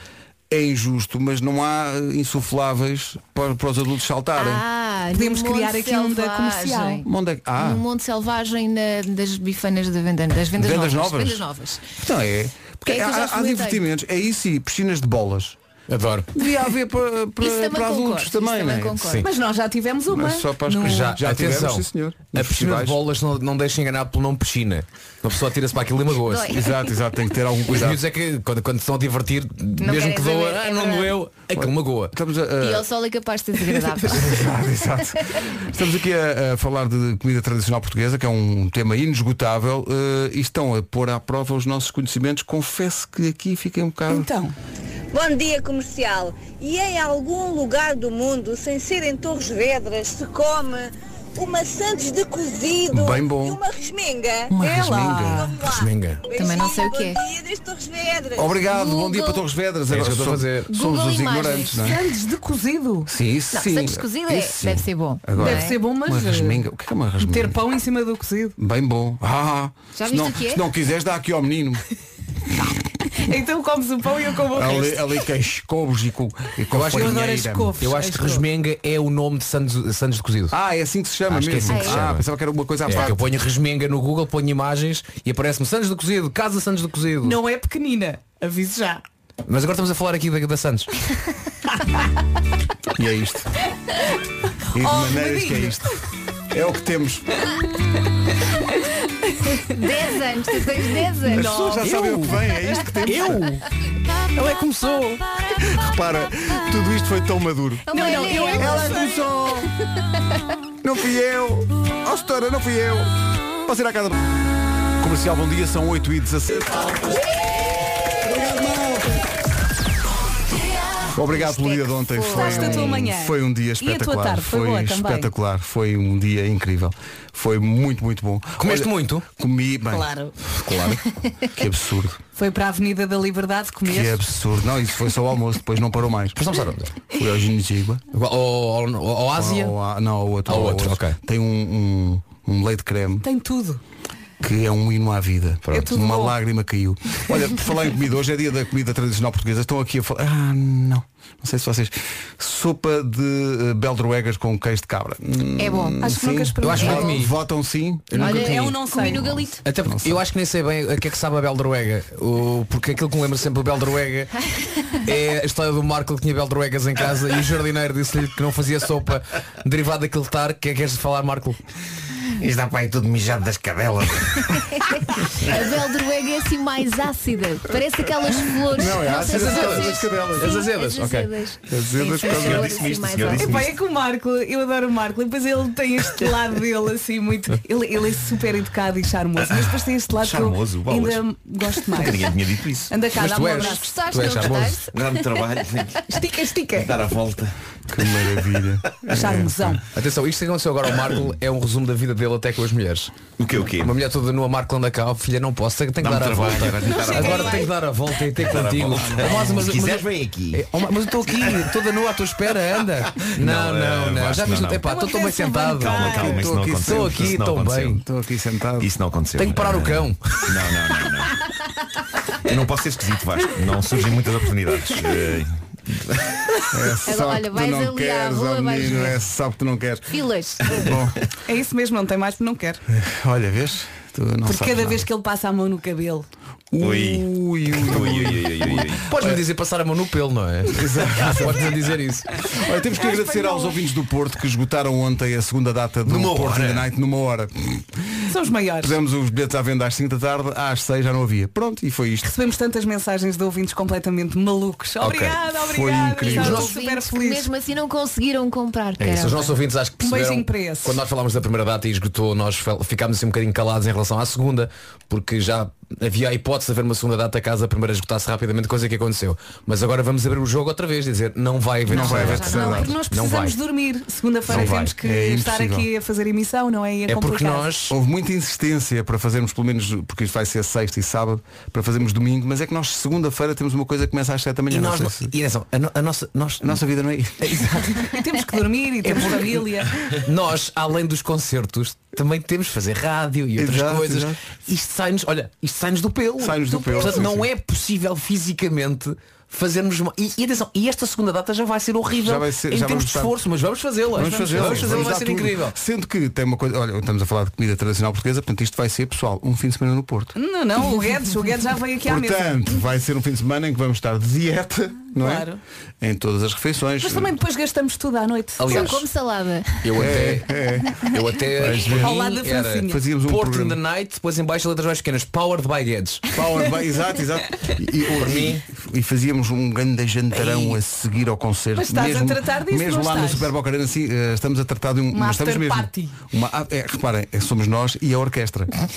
É injusto, mas não há eh, insufláveis para, para os adultos saltarem.
Ah, Ah,
Podemos
no
criar
Monte
aqui um da
Selvagem.
comercial.
Onde é que- Ah.
No mundo selvagem na- das bifanas da venda, das vendas,
Vendas
novas.
novas?
Vendas novas.
Então é. Porque
É que eu já
há, há
experimentei.
divertimentos, é isso e piscinas de bolas.
Adoro.
Devia haver para, para-
Isso também
para
concordo,
adultos
isso
também,
também
não é?
concordo. Sim.
Mas nós já tivemos uma.
Mas só para as
no-
que
Já,
Já
atenção,
tivemos, sim, senhor.
a
Nos
piscina de
festivais.
bolas não, não deixa enganar pelo nome piscina. Uma pessoa tira-se para aquilo e magoa-se.
Dói.
Exato, exato, tem que ter algum
Os
cuidado.
miúdos é que quando, quando se estão a divertir, mesmo
querem
que doa,
saber,
ah,
é
não
verdade.
doeu, aquilo magoa.
Estamos a, a-
E ao sol é capaz de ser desagradável.
Exato, Ah. exato. Estamos aqui a, a falar de comida tradicional portuguesa, que é um tema inesgotável, eh, e estão a pôr à prova os nossos conhecimentos. Confesso que aqui fiquei um bocado.
Então,
Bom dia, comercial. E em algum lugar do mundo, sem ser em Torres Vedras, se come uma Santos de cozido
Bem bom.
e uma resminga?
Uma
é
Ela.
resminga.
Vamos lá.
Resminga.
Beijinho,
Também não sei o que é.
Bom dia desde Torres Vedras.
Obrigado, bom
Google.
dia para Torres Vedras.
É isso que eu estou a
somos-
fazer.
somos
Google
os
imagens.
ignorantes, não é?
Sandes de cozido.
Sim, isso
Não,
sim.
Santos cozido é-
Isso sim.
deve ser bom.
Agora,
Deve ser bom, mas,
Uma
eh,
resminga. O que é uma resminga?
Ter pão em cima do cozido.
Bem bom. Ah,
Já
se,
viste
não,
o que é?
se não quiseres, dá aqui ao menino.
Então comes o pão e eu como o resto.
ali, ali tem escovos e com, e com
Eu acho que
Eu
farinha
adoro
e
as
dá-me.
couves.
Eu acho
As
que
couves.
resmenga é o nome de sandes, sandes de cozido.
Ah, é assim que se chama
Acho que é
mesmo.
assim que se
ah,
chama.
pensava que era uma coisa à
É,
parte.
eu ponho resmenga no Google, ponho imagens e aparece-me Santos do Cozido, Casa Santos do Cozido.
Não é pequenina. Aviso já.
Mas agora estamos a falar aqui da, da Santos.
E é isto. E de
Oh,
maneiras que é
Marinho.
isto. É o que temos.
10 anos, tu tens 10 anos.
As pessoas já sabem o que vem, é isto que temos.
Eu? Ela é que começou.
Repara, tudo isto foi tão maduro.
Não, não, eu é que
Ela começou! Não fui eu! Oh, setora, não fui eu! Posso ir à casa. Comercial, bom dia, são 8 e 17 Obrigado pelo dia de ontem. Foi
Gostaste da tua manhã?
um, foi um dia
E a tua
espetacular.
tarde? Foi boa também?
espetacular. Foi um dia incrível. Foi muito, muito bom.
Comeste muito?
Comi, bem.
Claro.
Claro. que absurdo.
Foi para a Avenida da Liberdade
Que
comer.
absurdo. Não, isso foi só o almoço, depois não parou mais.
Mas não sabe.
Fui ao Ginigua.
Ou, ou, ou, ou Ásia.
Ou a- não, ao outro.
Ao outro, ok.
Tem um, um, um leite creme
Tem tudo.
que é um hino à vida.
É tudo
Uma
bom.
lágrima caiu. Olha, por falar em comida, hoje é dia da comida tradicional portuguesa. Estão aqui a falar. Ah, não. Não sei se vocês. Sopa de eh, beldroegas com queijo de cabra. Hum,
É bom.
Acho que
sim.
nunca
Eu acho que
experimentei.
não comi.
Votam sim.
Olha,
comi.
é um
não sei.
Comi no galito.
Até porque eu acho que nem sei bem a que é que sabe a Beldroega. O, porque aquilo que me lembro sempre do Beldroega é a história do Marco que tinha Beldroegas em casa e o jardineiro disse-lhe que não fazia sopa derivada daquele tar. que é que queres falar, Marco?
Isto dá para aí tudo mijado das cadelas.
A Beldroega é assim mais ácida. Parece aquelas flores.
Não, é ácida
sei se
das-
vocês-
das cadelas.
As azedas,
Sim,
ok.
azedas.
Azedas,
Sim,
por causa
sim,
disso,
sim,
isto,
mais
senhor,
ácida.
disse-me
Epá, é que o Marco, eu adoro o Marco, e depois ele tem este lado dele assim muito. Ele, ele é super educado e charmoso, mas depois tem este lado
Charmoso,
que eu
bolas.
ainda gosto mais.
Ninguém tinha dito isso.
Anda cá,
Mas
dá-me um
tu és.
abraço.
Gostaste,
Tu és
não
charmoso.
gostaste?
Dá-me trabalho, tenho que
Estica, estica.
dar a volta.
Que maravilha. É.
Charmosão.
Atenção, isto que aconteceu agora ao Marco é um resumo da vida dele até com as mulheres.
O que o quê?
Uma mulher toda nua, Marco anda cá, oh, filha, não posso, tenho que dar
Dá-me
a
trabalho,
volta.
agora tenho que dar a
Agora
volta.
tenho que dar a volta e tenho contigo. Oh, mas- mas-
Se quiseres,
mas-
vem aqui.
É, oh, mas eu estou aqui, toda nua à tua espera, anda. Não,
Não, eh,
não, não. Então
Vasco,
Já viste
não, não.
Epá, estou tão bem
Acontece
sentado.
bem, calma,
calma, isso
Estou
não
aqui,
aconteceu,
Estou aqui,
isso não
estou
aconteceu.
bem.
Estou aqui sentado.
Isso não aconteceu.
Tenho que parar o cão.
Não, não, não, não. Eu não posso ser esquisito, Vasco. Não surgem muitas oportunidades. Eh,
É, sabe
olha,
que tu
vais
não
ali à
queres,
rua,
ó
vais
menino,
ver.
é, sabe que tu não queres.
Filas.
Bom,
É isso mesmo, não tem mais porque não quer.
olha, vês? Tu não
Porque
sabes
cada
nada.
vez que ele passa a mão no cabelo.
Ui.
Ui,
Ui, ui,
ui,
ui, ui, ui.
Podes-me dizer passar a mão no pelo, não é? Podes-me dizer isso.
Olha, temos que agradecer aos ouvintes do Porto que esgotaram ontem a segunda data do
Numa
Porto
hora.
in the Night numa hora.
São os maiores.
Pusemos os bilhetes à venda às 5 da tarde, às 6 já não havia. Pronto, e foi isto.
Recebemos tantas mensagens de ouvintes completamente malucos. Obrigada,
Foi
obrigada.
incrível.
Estava
Os
super
ouvintes que
feliz.
Mesmo assim não conseguiram
É
comprar.
isso,
caramba.
os nossos ouvintes acho que
Um
perceberam
beijinho para esses.
Quando nós falámos da primeira data e esgotou Nós fel- ficámos assim um bocadinho calados em relação à segunda Porque já havia a hipótese de haver uma segunda data Caso a primeira esgotasse rapidamente Coisa que aconteceu Mas agora vamos abrir o jogo outra vez Dizer, não vai haver
Não vai
segunda
haver
data.
terceira
Não,
data.
porque nós
Não
precisamos
vai.
dormir. Segunda-feira
Não vai.
temos que
É
estar
impossível.
aqui a fazer emissão, não é? E
É porque
complicado.
nós
Houve muita insistência para fazermos pelo menos, porque isto vai ser sexta e sábado, para fazermos domingo, mas é que nós segunda-feira temos uma coisa que começa às 7 da manhã.
E
não
nós
sei
não-
se-
e atenção, a, no- a nossa, nós,
A nossa vida não é isso.
E temos que dormir e temos
É porque-
família.
nós, além dos concertos, também temos de fazer rádio e outras
Exato,
coisas.
exato.
Isto sai-nos, olha, isto sai-nos do pelo.
Sai-nos do pelo,
Portanto,
sim,
não
sim.
é possível fisicamente fazermos uma... e, e atenção, e esta segunda data já vai ser horrível
Já vai ser-
em
já
termos
vamos
de
estar-
esforço, mas vamos fazê-la.
Vamos fazê-la,
Vamos fazê-la,
vamos
vai
dar
ser
tudo.
incrível.
Sendo que tem uma coisa, olha, estamos a falar de comida tradicional portuguesa, portanto isto vai ser, pessoal, um fim de semana no Porto.
Não, não, o Guedes, o Guedes já veio aqui à mesa.
Portanto, vai ser um fim de semana em que vamos estar de dieta, não
Claro.
é? Em todas as refeições.
Mas também depois gastamos tudo à noite.
Aliás,
Só como salada.
Eu
É,
até, eu até
Vais ver.
para
Ao
mim,
lado da
era
Francinha.
Fazíamos um
Porto
programa.
in the Night, depois em baixo letras mais pequenas, Powered by Guedes.
Power, bem, exato, exato. E, e-
Por mim.
e fazíamos um grande jantarão
Ei.
a seguir ao concerto.
Mas estás a tratar disso,
Mesmo
não
lá no
estás?
Super Boca Arena, sim, eh, estamos a tratar de um.
Uma
mas estamos
after
mesmo.
party.
Uma, ah, é, reparem, é, somos nós e a orquestra. Claro,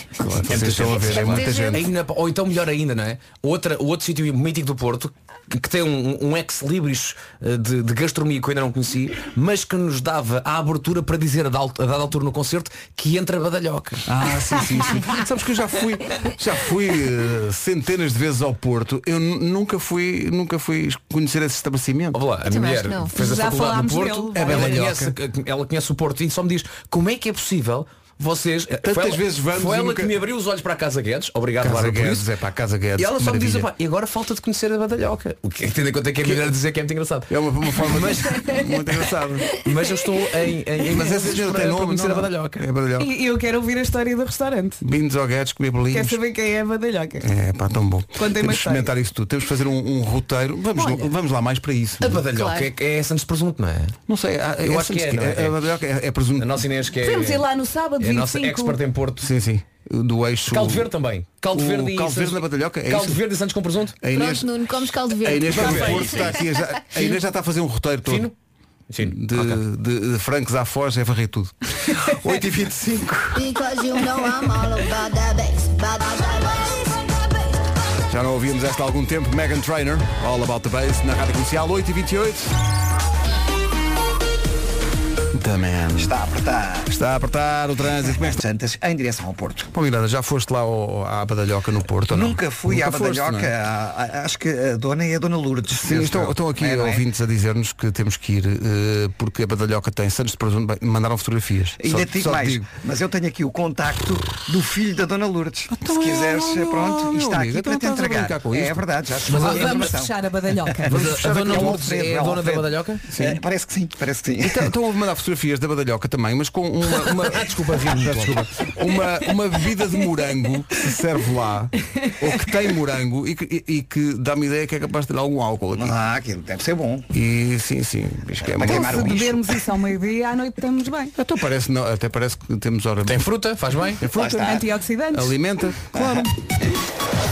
vocês estão a ver, é muita gente.
Ainda- ou então melhor ainda, não é? Outra, o outro sítio mítico do Porto, que, que tem um, um ex-libris eh, de, de gastronomia que eu ainda não conheci, mas que nos dava a abertura para dizer a, dal- a dada altura no concerto que entra badalhoca.
Ah, sim, sim, sim. Sabes que eu já fui, já fui eh, centenas de vezes ao Porto. Eu nu- nunca fui, nunca fui conhecer esse estabelecimento.
Olá, a
também
minha mulher
acho que não.
fez a
Já
faculdade no
falámos
Porto, é
dele,
ela,
vai.
conhece, ela conhece o Porto e só me diz como é que é possível vocês. eh,
Tantas
foi ela,
vezes vamos
foi
e
ela
nunca-
que me abriu os olhos para a Casa Guedes, obrigado
Casa
Lara, por
Guedes,
isso.
é para a Casa Guedes.
E ela só me diz,
maravilha.
"Epá, e agora falta de conhecer a badalhoca. O que tendo em conta que a minha mulher dizer que é muito engraçado.
É uma, uma forma mas, muito engraçada.
Mas eu estou em, em, em
Mas essa
Guedes
senhora
para-
tem
para
nome.
conhecer
não,
a
não.
badalhoca.
É badalhoca.
E eu quero ouvir a história do restaurante.
Vindos ao Guedes, comer bolinhos.
Quer saber quem é a badalhoca?
É pá, tão bom.
uma
Temos que
história.
experimentar isso tudo. Temos que fazer um, um roteiro. Vamos,
Olha.
vamos lá mais para isso. Ah,
A badalhoca
Claro.
é, é Santos Presunto, não é?
Não sei, há-
Eu
essa-
acho que é, não é?
a badalhoca é, é presunto.
A nossa Inês que é.
Podemos ir lá no
é
sábado,
a nossa
25.
expert em Porto.
Sim, sim. Do eixo.
Caldo Verde também. Caldo
O
Verde e
caldo verde
Santos-
na badalhoca, é
caldo
isso?
Verde e Santos com Presunto.
A Inês,
Pronto, Nuno, comes caldo
a
verde.
Inês do Porto está aqui. a já- A Inês já está a fazer um roteiro todo.
Fino? Sim.
De, de, de francos à foz é varrer tudo 8h25
Because you know I'm all about that bass. About that bass.
Já não ouvíamos esta há algum tempo Megan Trainer, All About The Bass Na Rádio Comercial 8h28 The Man
Está a apertar.
Está a apertar o trânsito Como é que está?
Santas em direção ao Porto.
Bom, Miranda, já foste lá ao- à Badalhoca no Porto? ou Então não?
Nunca fui à
foste,
Badalhoca.
não é?
a- a- acho que a dona é a dona Lourdes.
Sim,
penso
estão,
eu.
estão aqui
É, não é?
ouvintes a dizer-nos que temos que ir eh, porque a Badalhoca tem Santos de Presunto. Bem, mandaram fotografias.
Ainda te digo
te
mais,
digo.
mas eu tenho aqui o contacto do filho da Dona Lourdes.
Então
Se
é,
quiseres,
não, não,
pronto,
meu
e está
amigo,
aqui
então
para te
estás a
entregar.
brincar com
é
isto?
verdade, já
Mas
chegou
a-
a
Vamos
informação.
fechar a badalhoca.
Mas a, a dona
aqui ao
Lourdes
Alfredo,
é a
ao
dona da
Alfredo.
badalhoca?
Eh,
É,
parece que sim, parece que sim.
Então, então houve mandar fotografias da Badalhoca também, mas com uma, uma,
Ah, Desculpa, ri-me,
Peço desculpa. uma, uma bebida de morango que se serve lá, ou que tem morango e que, e- e que dá-me ideia que é capaz de ter algum álcool aqui.
Ah, aquilo deve ser bom.
E sim, sim, acho que é
Para
muito-
queimar
Se
o bicho.
bebermos isso ao meio-dia, à noite estamos bem.
Então parece, não, até parece que temos hora.
Tem fruta, faz bem.
Tem fruta,
Lá está.
Antioxidantes.
alimenta, claro.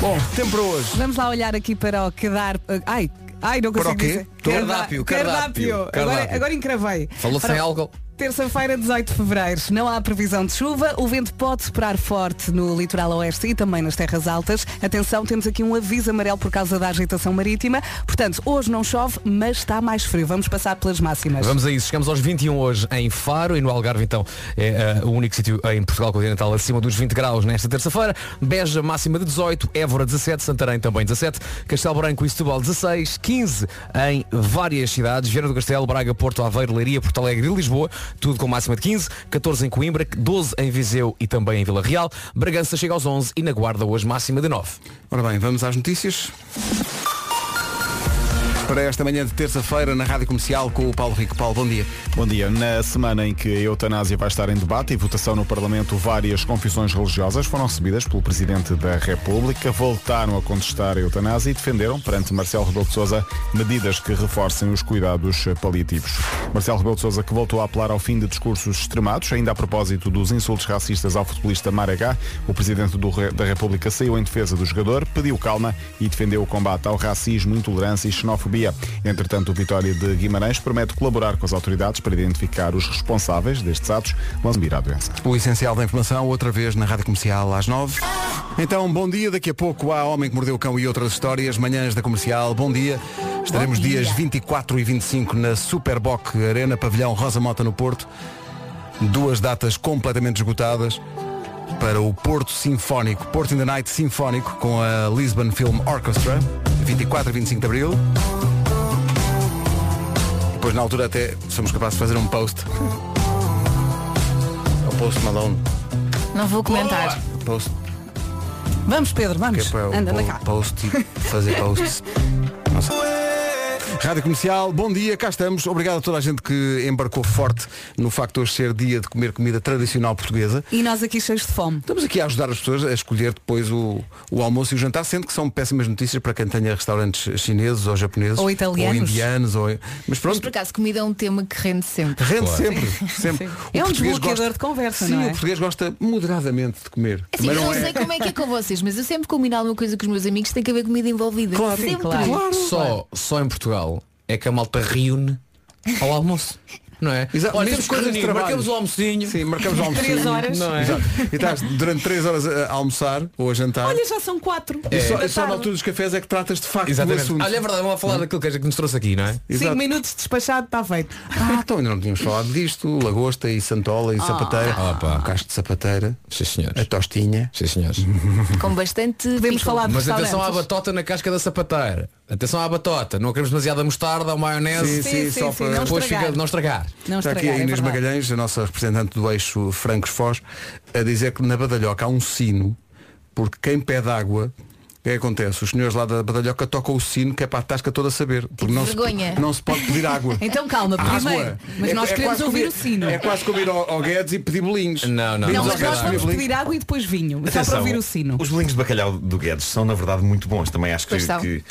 Bom, tempo para hoje.
Vamos lá olhar aqui para o quedar. Ai, ai, não
Para
consigo
o quê?
dizer.
Cardápio, cardápio,
Agora,
cardápio.
agora encravei.
Falou sem
Para-
álcool.
Terça-feira, 18 de fevereiro. Não há previsão de chuva. O vento pode soprar forte no litoral oeste e também nas terras altas. Atenção, temos aqui um aviso amarelo por causa da agitação marítima. Portanto, hoje não chove, mas está mais frio. Vamos passar pelas máximas.
Vamos a isso, chegamos aos 21 hoje em Faro e no Algarve então é eh, o único sítio em Portugal continental acima dos 20 graus nesta terça-feira. Beja máxima de 18, Évora 17, Santarém também 17, Castelo Branco e Setúbal 16, 15 em várias cidades, Viana do Castelo, Braga, Porto Aveiro, Leiria, Porto Alegre e Lisboa, tudo com máxima de 15, 14 em Coimbra, 12 em Viseu e também em Vila Real, Bragança chega aos 11 e na Guarda hoje máxima de 9.
Ora bem, vamos às notícias. Para esta manhã de terça-feira na Rádio Comercial com o Paulo Rico. Paulo, bom dia.
Bom dia. Na semana em que a eutanásia vai estar em debate e votação no Parlamento, várias confissões religiosas foram recebidas pelo Presidente da República, voltaram a contestar a eutanásia e defenderam, perante Marcelo Rebelo de Sousa, medidas que reforcem os cuidados paliativos. Marcelo Rebelo de Sousa que voltou a apelar ao fim de discursos extremados, ainda a propósito dos insultos racistas ao futebolista Maragá, o Presidente do Re- da República saiu em defesa do jogador, pediu calma e defendeu o combate ao racismo, intolerância e xenofobia. Entretanto, o Vitória de Guimarães promete colaborar com as autoridades para identificar os responsáveis destes atos, lançam vir à doença.
O essencial da informação, outra vez na Rádio Comercial às nove. Então, bom dia. Daqui a pouco há Homem que Mordeu o Cão e outras histórias. Manhãs da Comercial, bom dia. Estaremos dias 24 e 25 na Superboc Arena, Pavilhão Rosa Mota no Porto. Duas datas completamente esgotadas para o Porto Sinfónico. Porto in the Night Sinfónico com a Lisbon Film Orchestra, 24 e 25 de Abril. Depois, na altura, até somos capazes de fazer um post. É O post Malone.
Não vou comentar.
Post,
Vamos, Pedro,
que é
vamos.
para,
Anda,
para-
anda cá.
post e fazer posts. não sei. Rádio Comercial, bom dia, cá estamos. Obrigado a toda a gente que embarcou forte no facto de hoje ser dia de comer comida tradicional portuguesa.
E nós aqui cheios de fome.
Estamos aqui a ajudar as pessoas a escolher depois o, o almoço e o jantar, sendo que são péssimas notícias para quem tenha restaurantes chineses ou japoneses.
Ou
Ou
italianos.
indianos. Ou... Mas
Mas por
pronto,
acaso comida é um tema que rende sempre.
Rende sempre, sempre.
Sim.
O
É um
português
desbloqueador
gosta-
de conversa,
Sim,
não é?
o português gosta moderadamente de comer.
Assim,
Também
eu não
é-
sei como é que é com vocês, mas eu sempre combino alguma coisa com os meus amigos tem que haver comida envolvida. sempre.
Só, só em Portugal é que a malta reúne ao almoço. Não é?
Exato,
Olha,
mesmo
temos
que
coisa
de
nisso,
trabalho.
marcamos o almocinho.
Sim, marcamos o almoço.
Três horas. Não é?
E estás durante 3 horas a a almoçar ou a jantar.
Olha, já são quatro.
e É. só,
da
e só na
tarde.
altura dos cafés é que tratas de facto Hum? do
Exatamente.
assunto.
Olha, é verdade, vamos lá falar daquilo que a gente nos trouxe aqui, não é?
Cinco minutos despachado, está feito.
Ah, então ainda não tínhamos falado disto, lagosta e santola e
Oh.
sapateira. Um cacho de sapateira.
Ah, Sim, senhores.
A tostinha.
Sim, senhores.
Com bastante. Podemos
falar
Mas atenção à batota na casca da sapateira. Atenção à batota. Não queremos demasiada mostarda ou
Sim,
maionese.
sim, Sim, só sim, para- Tá. sim, não
depois
estragar.
fica de não estragar.
Está aqui a
é
Inês Magalhães, a nossa representante do eixo Francos Foz, a dizer que na Badalhoca há um sino, porque quem pede água, o que é que acontece? Os senhores lá da Badalhoca tocam o sino que é para a tasca toda saber. Porque não se,
vergonha.
não se pode pedir água.
Então calma,
Água.
primeiro. Mas
É-
nós
é
queremos
quase
ouvir
como
o sino.
ir- É quase como ir ao, ao Guedes e pedir bolinhos.
Não,
Não,
é
mas nós vamos pedir água e depois vinho. Só para
Atenção,
ouvir o sino.
Os bolinhos de bacalhau do Guedes são na verdade muito bons. Também acho que,
Pois são.
que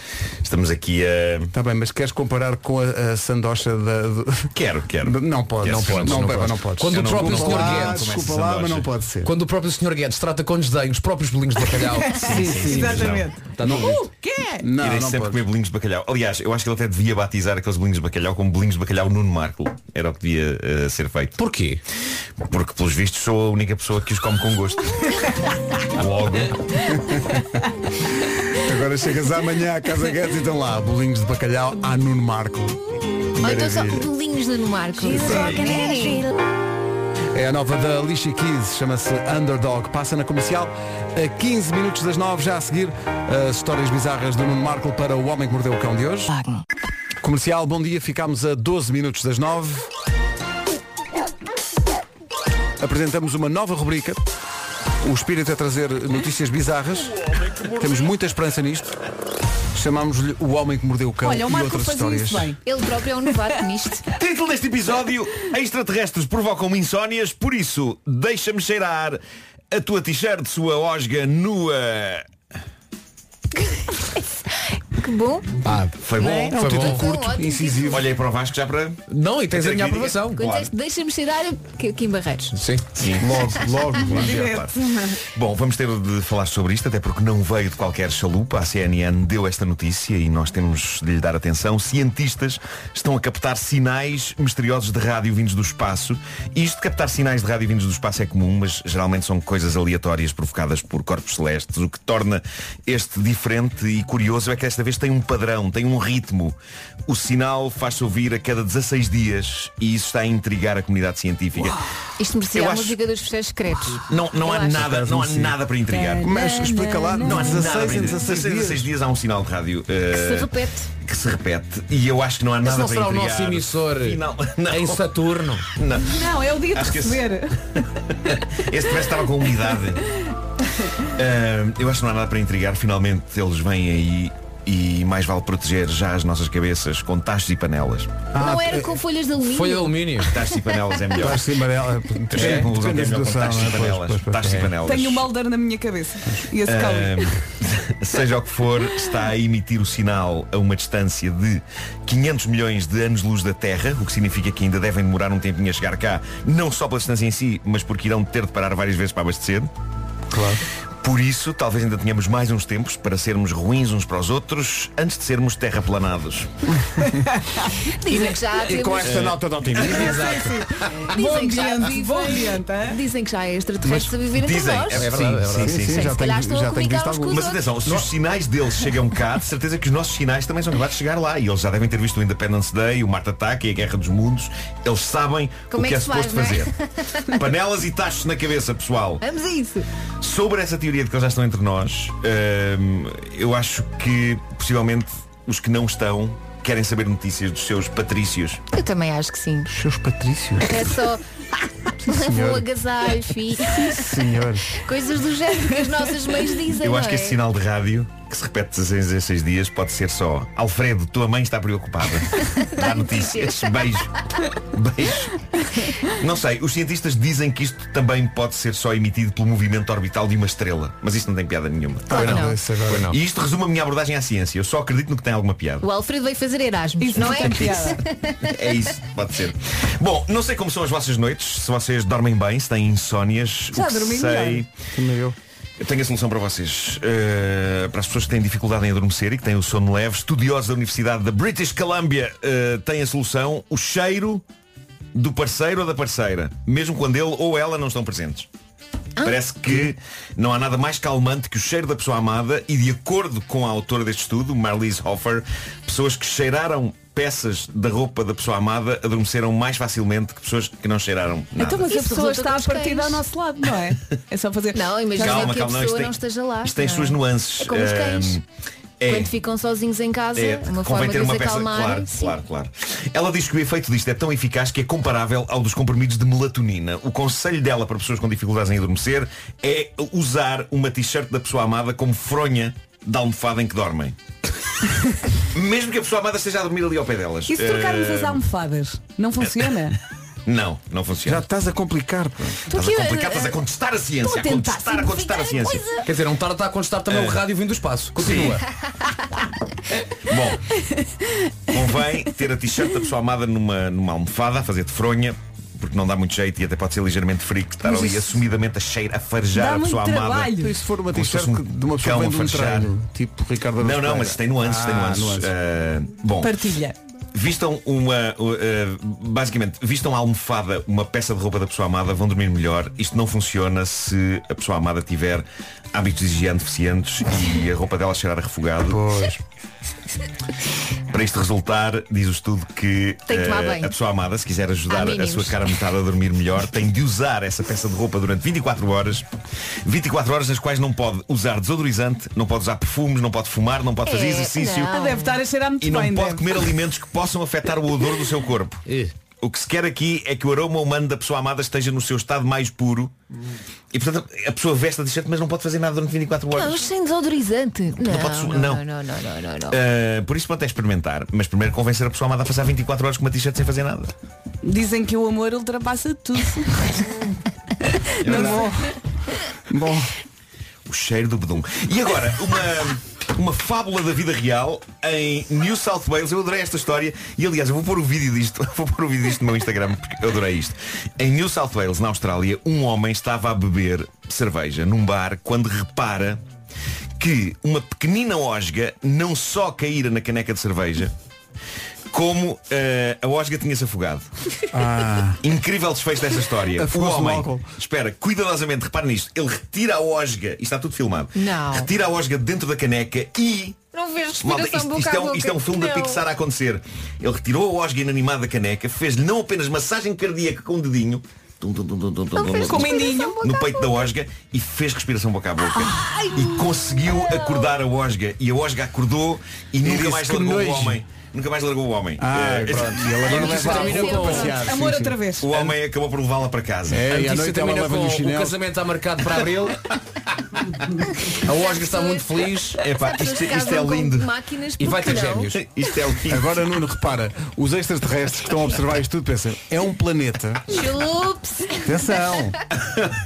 estamos aqui a.
Está Tá bem, mas queres comparar com a, a sandocha da... do-
Quero, quero.
Não pode, não
Quero,
pode,
quero,
não,
não
Peba,
posso.
não podes.
Quando
Eu
o
não-
próprio
não
Sr.
posso.
Guedes-
Ah, Desculpa lá, mas não pode ser.
Quando o próprio Sr. Guedes trata com desdém os próprios bolinhos de bacalhau.
Sim, sim, sim, Exatamente. mas não.
Tá
Está tudo
Uh!
dito.
quê?
Irei sempre comer bolinhos de bacalhau. Aliás, eu acho que ele até devia batizar aqueles bolinhos de bacalhau como bolinhos de bacalhau Nuno Marco. Era o que devia eh, ser feito.
Porquê?
Porque, pelos vistos, sou a única pessoa que os come com gosto. Logo.
Agora chegas amanhã à Casa Guedes e estão lá bolinhos de bacalhau à Nuno Marco.
Ou então só
Maravilha.
bolinhos no Marco.
É a nova da Alicia Keys, chama-se Underdog. Passa na comercial a 15 minutos das 9, já a seguir as histórias bizarras do Nuno Marco para o Homem que Mordeu o Cão de hoje. Comercial, bom dia, ficámos a 12 minutos das 9. Apresentamos uma nova rubrica. O espírito é trazer notícias bizarras. Temos muita esperança nisto. Chamámos-lhe O Homem que Mordeu o Cão
Olha, o
e
Marco
outras
fazia
histórias.
isso bem. Ele próprio é um novato nisto.
Título deste episódio Extraterrestres provocam insónias Por isso, deixa-me cheirar A tua t-shirt, sua osga nua
Que bom.
Foi bom,
Não é? É um
foi
título
bom
curto, Foi um ótimo incisivo.
Olhei para o Vasco já para
Não, e
tens a minha aprovação
Quando disseste, deixa-me cheirar que- Kim Barreiros.
Sim,
Sim.
Logo, logo,
claro. Bom, vamos ter de falar sobre isto, até porque não veio de qualquer chalupa. A CNN deu esta notícia e nós temos de lhe dar atenção. Cientistas estão a captar sinais misteriosos de rádio vindos do espaço. E isto de captar sinais de rádio vindos do espaço é comum, mas geralmente são coisas aleatórias provocadas por corpos celestes. O que torna este diferente e curioso é que desta vez tem um padrão, tem um ritmo. O sinal faz-se ouvir a cada 16 dias e isso está a intrigar a comunidade científica.
Isto merecia
Eu
a
acho-
música dos fecheiros secretos.
Não, não
Eu
há
acho.
nada, não há nada para intrigar.
Mas explica lá,
Não há
16 em
nada
16
em 16 dias há um sinal de rádio
Se
eh,
repete.
que se repete e eu acho que não há
Mas
nada
não
para
será o
intrigar.
nosso emissor em Saturno.
Não.
Não, é o dia de
Acho que esse-
receber.
Este parece que estava com umidade. Ah, eu acho que não há nada para intrigar. Finalmente eles vêm aí e mais vale proteger já as nossas cabeças com tachos e panelas.
Ah, Não
eh,
era com folhas de alumínio.
alumínio.
Tachos e panelas é melhor.
Tachos e panela-
Cheguei à conclusão que é
depende da
melhor com
situação,
tachos
não
e
é? Pois,
panelas.
pois, pois,
Tachos e
pois.
panelas.
Tenho o Mulder na minha cabeça. E esse Cauê.
Ehm,
Ahm, seja o que for, está a emitir o sinal a uma distância de 500 milhões de anos-luz da Terra, o que significa que ainda devem demorar um tempinho a chegar cá, não só pela distância em si, mas porque irão ter de parar várias vezes para abastecer.
Claro.
Por isso, talvez ainda tenhamos mais uns tempos para sermos ruins uns para os outros antes de sermos terraplanados.
Dizem que já temos...
nota de otimismo.
Dizem
Bom
que já
diante, bom
vivem-
diante, é?
Dizem que já há extraterrestres a viver entre
Dizem,
nós.
é verdade, é verdade. Sim, sim,
Se
já tenho-
calhar estão a
já tenho
comunicar uns
visto
com os
Mas
outros.
atenção, se os sinais deles chegam cá, de certeza que os nossos sinais também são capazes de chegar lá. E eles já devem ter visto o Independence Day, o Marte Ataque e a Guerra dos Mundos. Eles sabem
Como
o que é,
é que se
suposto
faz, não é?
fazer. Panelas e tachos na cabeça, pessoal.
Vamos a isso.
Sobre essa teoria de que eles já estão entre nós, hum, eu acho que possivelmente os que não estão querem saber notícias dos seus patrícios.
Eu também acho que sim.
Seus patrícios.
É só. Levou
senhora.
agasalho, filho.
Senhor.
Coisas do género que as nossas mães dizem.
Eu acho
não
que
é?
esse sinal de rádio que se repete 16 em 6 dias, pode ser só Alfredo, tua mãe está preocupada. Dá notícias. Beijo. Beijo. Não sei, os cientistas dizem que isto também pode ser só emitido pelo movimento orbital de uma estrela. Mas isto não tem piada nenhuma.
Pois não. Não,
isso
Pois não. E isto resume a minha abordagem à ciência. Eu só acredito no que tem alguma piada.
O Alfredo veio fazer Erasmus,
Isso
não é?
tem piada. É isso, pode ser. Bom, não sei como são as vossas noites, se vocês dormem bem, se têm insónias,
Já
o que
dormi
sei.
melhor.
eu.
tenho a solução para vocês. Uh, para as pessoas que têm dificuldade em adormecer e que têm o sono leve, estudiosos da Universidade da British Columbia uh, têm a solução, o cheiro do parceiro ou da parceira, mesmo quando ele ou ela não estão presentes.
Ah.
Parece que não há nada mais calmante que o cheiro da pessoa amada e de acordo com a autora deste estudo, Marlies Hoffer, pessoas que cheiraram peças da roupa da pessoa amada adormeceram mais facilmente que pessoas que não cheiraram nada.
Então, mas a
Isso
pessoa
resulta
está
com
a
os
partir
cães.
ao nosso lado, não é? É só fazer.
Não, imagina
Calma,
que
calma, não,
a pessoa
isto tem-
não esteja lá.
Isto tem as
não é?
suas nuances.
É como os cães.
Ahm, é.
Quando ficam sozinhos em casa,
É, convém
uma forma de
ter
os
uma peça, claro,
acalmarem.
claro, claro. Ela diz que o efeito disto é tão eficaz que é comparável ao dos comprimidos de melatonina. O conselho dela para pessoas com dificuldades em adormecer é usar uma t-shirt da pessoa amada como fronha da almofada em que dormem. Mesmo que a pessoa amada esteja a dormir ali ao pé delas.
E se trocarmos as
Ehm,
Eh,
almofadas? Não funciona?
Não, não funciona.
Já estás a complicar.
Estás a complicar, estás a contestar a ciência, a contestar, a contestar a ciência.
Quer dizer, um tarde está a contestar também
É.
o rádio vindo do espaço. Continua.
Bom, convém ter a t-shirt da pessoa amada numa, numa almofada, a fazer de fronha, porque não dá muito jeito e até pode ser ligeiramente frio estar
Mas
ali
isso-
assumidamente a cheira, a farejar a pessoa amada.
E se for uma
Como se
t-shirt
fosse um
de uma pessoa
cão
que vem
a
de um
farejar.
treino, tipo Ricardo
Não,
Araújo
não, mas
Pereira.
tem nuances, tem
Ah,
nuances. Ah, bom,
Partilha.
Vistam uma. uh, uh, basicamente, vistam a almofada, uma peça de roupa da pessoa amada, vão dormir melhor. Isto não funciona se a pessoa amada tiver hábitos de higiene deficientes e a roupa dela cheirar a refogado. Para isto resultar, diz o estudo que
Tem que tomar
eh,
banho.
a pessoa amada, se quiser ajudar
Há
a
mínimos.
sua cara metade a dormir melhor, tem de usar essa peça de roupa durante 24 horas. 24 horas nas quais não pode usar desodorizante, não pode usar perfumes, não pode fumar, não pode fazer
É,
exercício.
não. Ah, Deve estar a cheirar muito
E não
bem.
pode
deve.
comer alimentos que possam afetar o odor do seu corpo. O que se quer aqui é que o aroma humano da pessoa amada esteja no seu estado mais puro. E portanto a pessoa veste a t-shirt mas não pode fazer nada durante 24 horas.
Não, mas sem desodorizante. Não,
pode su-
não,
não.
não, não, não, não, não.
Uh, por isso pronto, é experimentar Mas primeiro convencer a pessoa amada a passar 24 horas com uma t-shirt sem fazer nada
Dizem que o amor ultrapassa tudo. Não sei.
Bom O cheiro do bedum um. E agora, uma, uma fábula da vida real Em New South Wales Eu adorei esta história E aliás, eu vou pôr o vídeo disto Vou pôr o vídeo disto no meu Instagram Porque eu adorei isto Em New South Wales, na Austrália Um homem estava a beber cerveja num bar Quando repara que uma pequenina osga Não só caíra na caneca de cerveja como eh, a Osga tinha-se afogado. Incrível desfecho desta história. O
Afogou-se no
homem,
álcool.
espera, cuidadosamente, repare nisto, ele retira a Osga, isto está tudo filmado,
Não.
retira a Osga dentro da caneca e...
Não vejo
Malta,
respiração
isto,
boca
isto
a
é um,
boca.
isto é um filme da
Não.
Pixar a acontecer. Ele retirou a Osga inanimada da caneca, fez-lhe não apenas massagem cardíaca com o dedinho, tum, tum, tum, tum, tum, tum, tum,
fez
tum,
respiração boca
no
a
peito da Osga e fez respiração boca a boca.
Ai,
e conseguiu acordar a Osga. E a Osga acordou e nunca
disse
mais
que
largou o
nojo.
homem. Nunca mais largou o homem.
Ah,
Eh,
pronto. E ela agora
a notícia
leva a
termina
roupa
com-
para passear.
Amor outra vez.
O homem acabou por levá-la para casa.
É,
A
e à
notícia
noite ela
termina
leva-lhe
com
os
o
chinelos.
casamento está marcado para abril. A Osga está muito feliz.
Epá, é
As pessoas casam com Máquinas, porque não?
Isto é o lindo.
Agora, Nuno, repara, os extraterrestres que estão a observar isto tudo pensam, é um planeta.
Chups.
Atenção!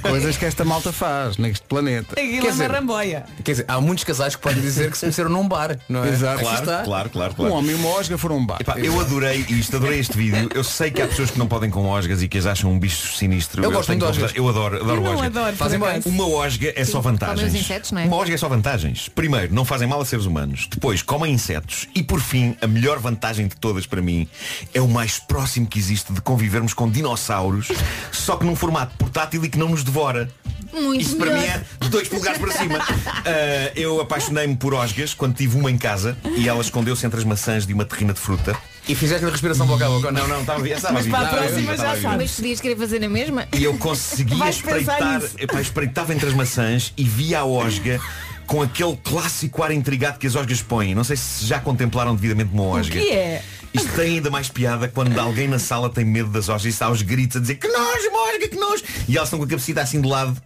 Coisas que esta malta faz neste planeta.
Aquilo
Quer
é uma
dizer-
ramboia.
Quer dizer, há muitos casais que podem dizer que se conheceram num bar, não é?
Exato.
Aqui
Claro,
está.
claro, claro,
Um
claro.
homem e uma osga foram a um bar.
Epá, eu adorei isto, adorei este vídeo. Eu sei que há pessoas que não podem com osgas e que as acham um bicho sinistro.
Eu gosto
tenho
muito
que
de
confessar, Eu adoro, adoro
Eu não
osga.
adoro, por
fazem bem.
acaso.
Uma osga é só
Comem
vantagens.
os insetos, não é?
Uma osga é só vantagens. Primeiro, não fazem mal a seres humanos. Depois, comem insetos. E por fim, a melhor vantagem de todas para mim é o mais próximo que existe de convivermos com dinossauros, só que num formato portátil e que não nos devora.
Muito
Isto para
melhor.
mim é de dois polegares para cima. Ah, eu apaixonei-me por osgas quando tive uma em casa e ela escondeu-se entre as maçãs de uma terrina de fruta.
E fizeste a respiração boca a boca. ou
Não, não, estava viva. Estava
Mas para a
viva, estava
próxima
viva,
já
estava viva.
sabes.
Mas podias querer fazer na mesma?
é E eu conseguia
Vais pensar
espreitar,
nisso.
epá, espreitava entre as maçãs e via a osga com aquele clássico ar intrigado que as osgas põem. Não sei se já contemplaram devidamente uma osga.
que é?
Isto tem ainda mais piada quando alguém na sala tem medo das osgas e está aos gritos a dizer que nós, osga, que nós. E elas estão com a cabecita assim de lado.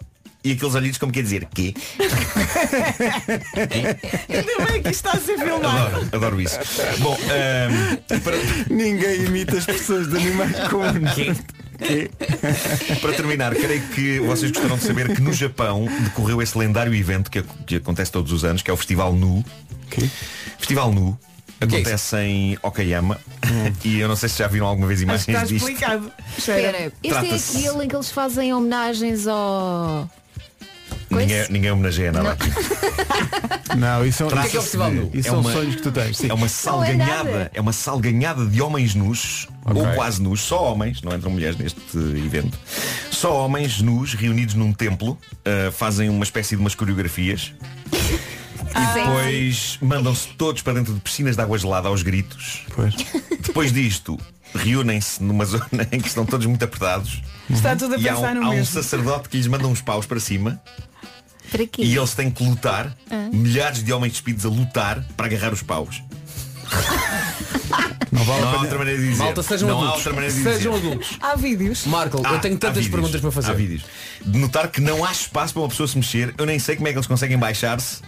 e aqueles olhinhos como quer dizer, quê?
Ainda bem que isto está a ser filmado.
Adoro, adoro isso. Bom, ehm, ahm,
Ninguém imita expressões de animais como
Para terminar, creio que vocês gostaram de saber que no Japão decorreu esse lendário evento que, ac- que acontece todos os anos, que é o Festival Nu. Festival Nu. Acontece em Okayama E eu não sei se já viram alguma vez
Acho que está
imagens disto
explicado.
Espera, este é
Trata-se-
aquele em que eles fazem homenagens ao.
Ninguém, ninguém homenageia nada aqui
Não, isso é,
Trata-se
isso,
de-
isso
é
são
uma-
sonhos que tu tens. sim.
É uma
Não é
salganhada,
nada.
é uma salganhada de homens nus, ou quase nus, só homens, não entram mulheres neste evento. Só homens nus reunidos num templo, ah, fazem uma espécie de umas coreografias. E depois mandam-se todos para dentro de piscinas de água gelada aos gritos. Depois disto, reúnem-se numa zona em que estão todos muito apertados.
Está tudo a
E há
pensar
um,
no
há um
mesmo.
sacerdote que lhes manda uns paus para cima
Para quê?
e eles têm que lutar,
Ah.
milhares de homens despidos a lutar para agarrar os paus.
Não
vale a pena. outra maneira de dizer.
Malta, sejam
Não há
adultos.
outra maneira de
sejam
dizer.
adultos.
Há vídeos.
Marco, eu
Há-
tenho
há
tantas
vídeos.
perguntas para fazer.
Há vídeos. De notar que não há espaço para uma pessoa se mexer. Eu nem sei como é que eles conseguem baixar-se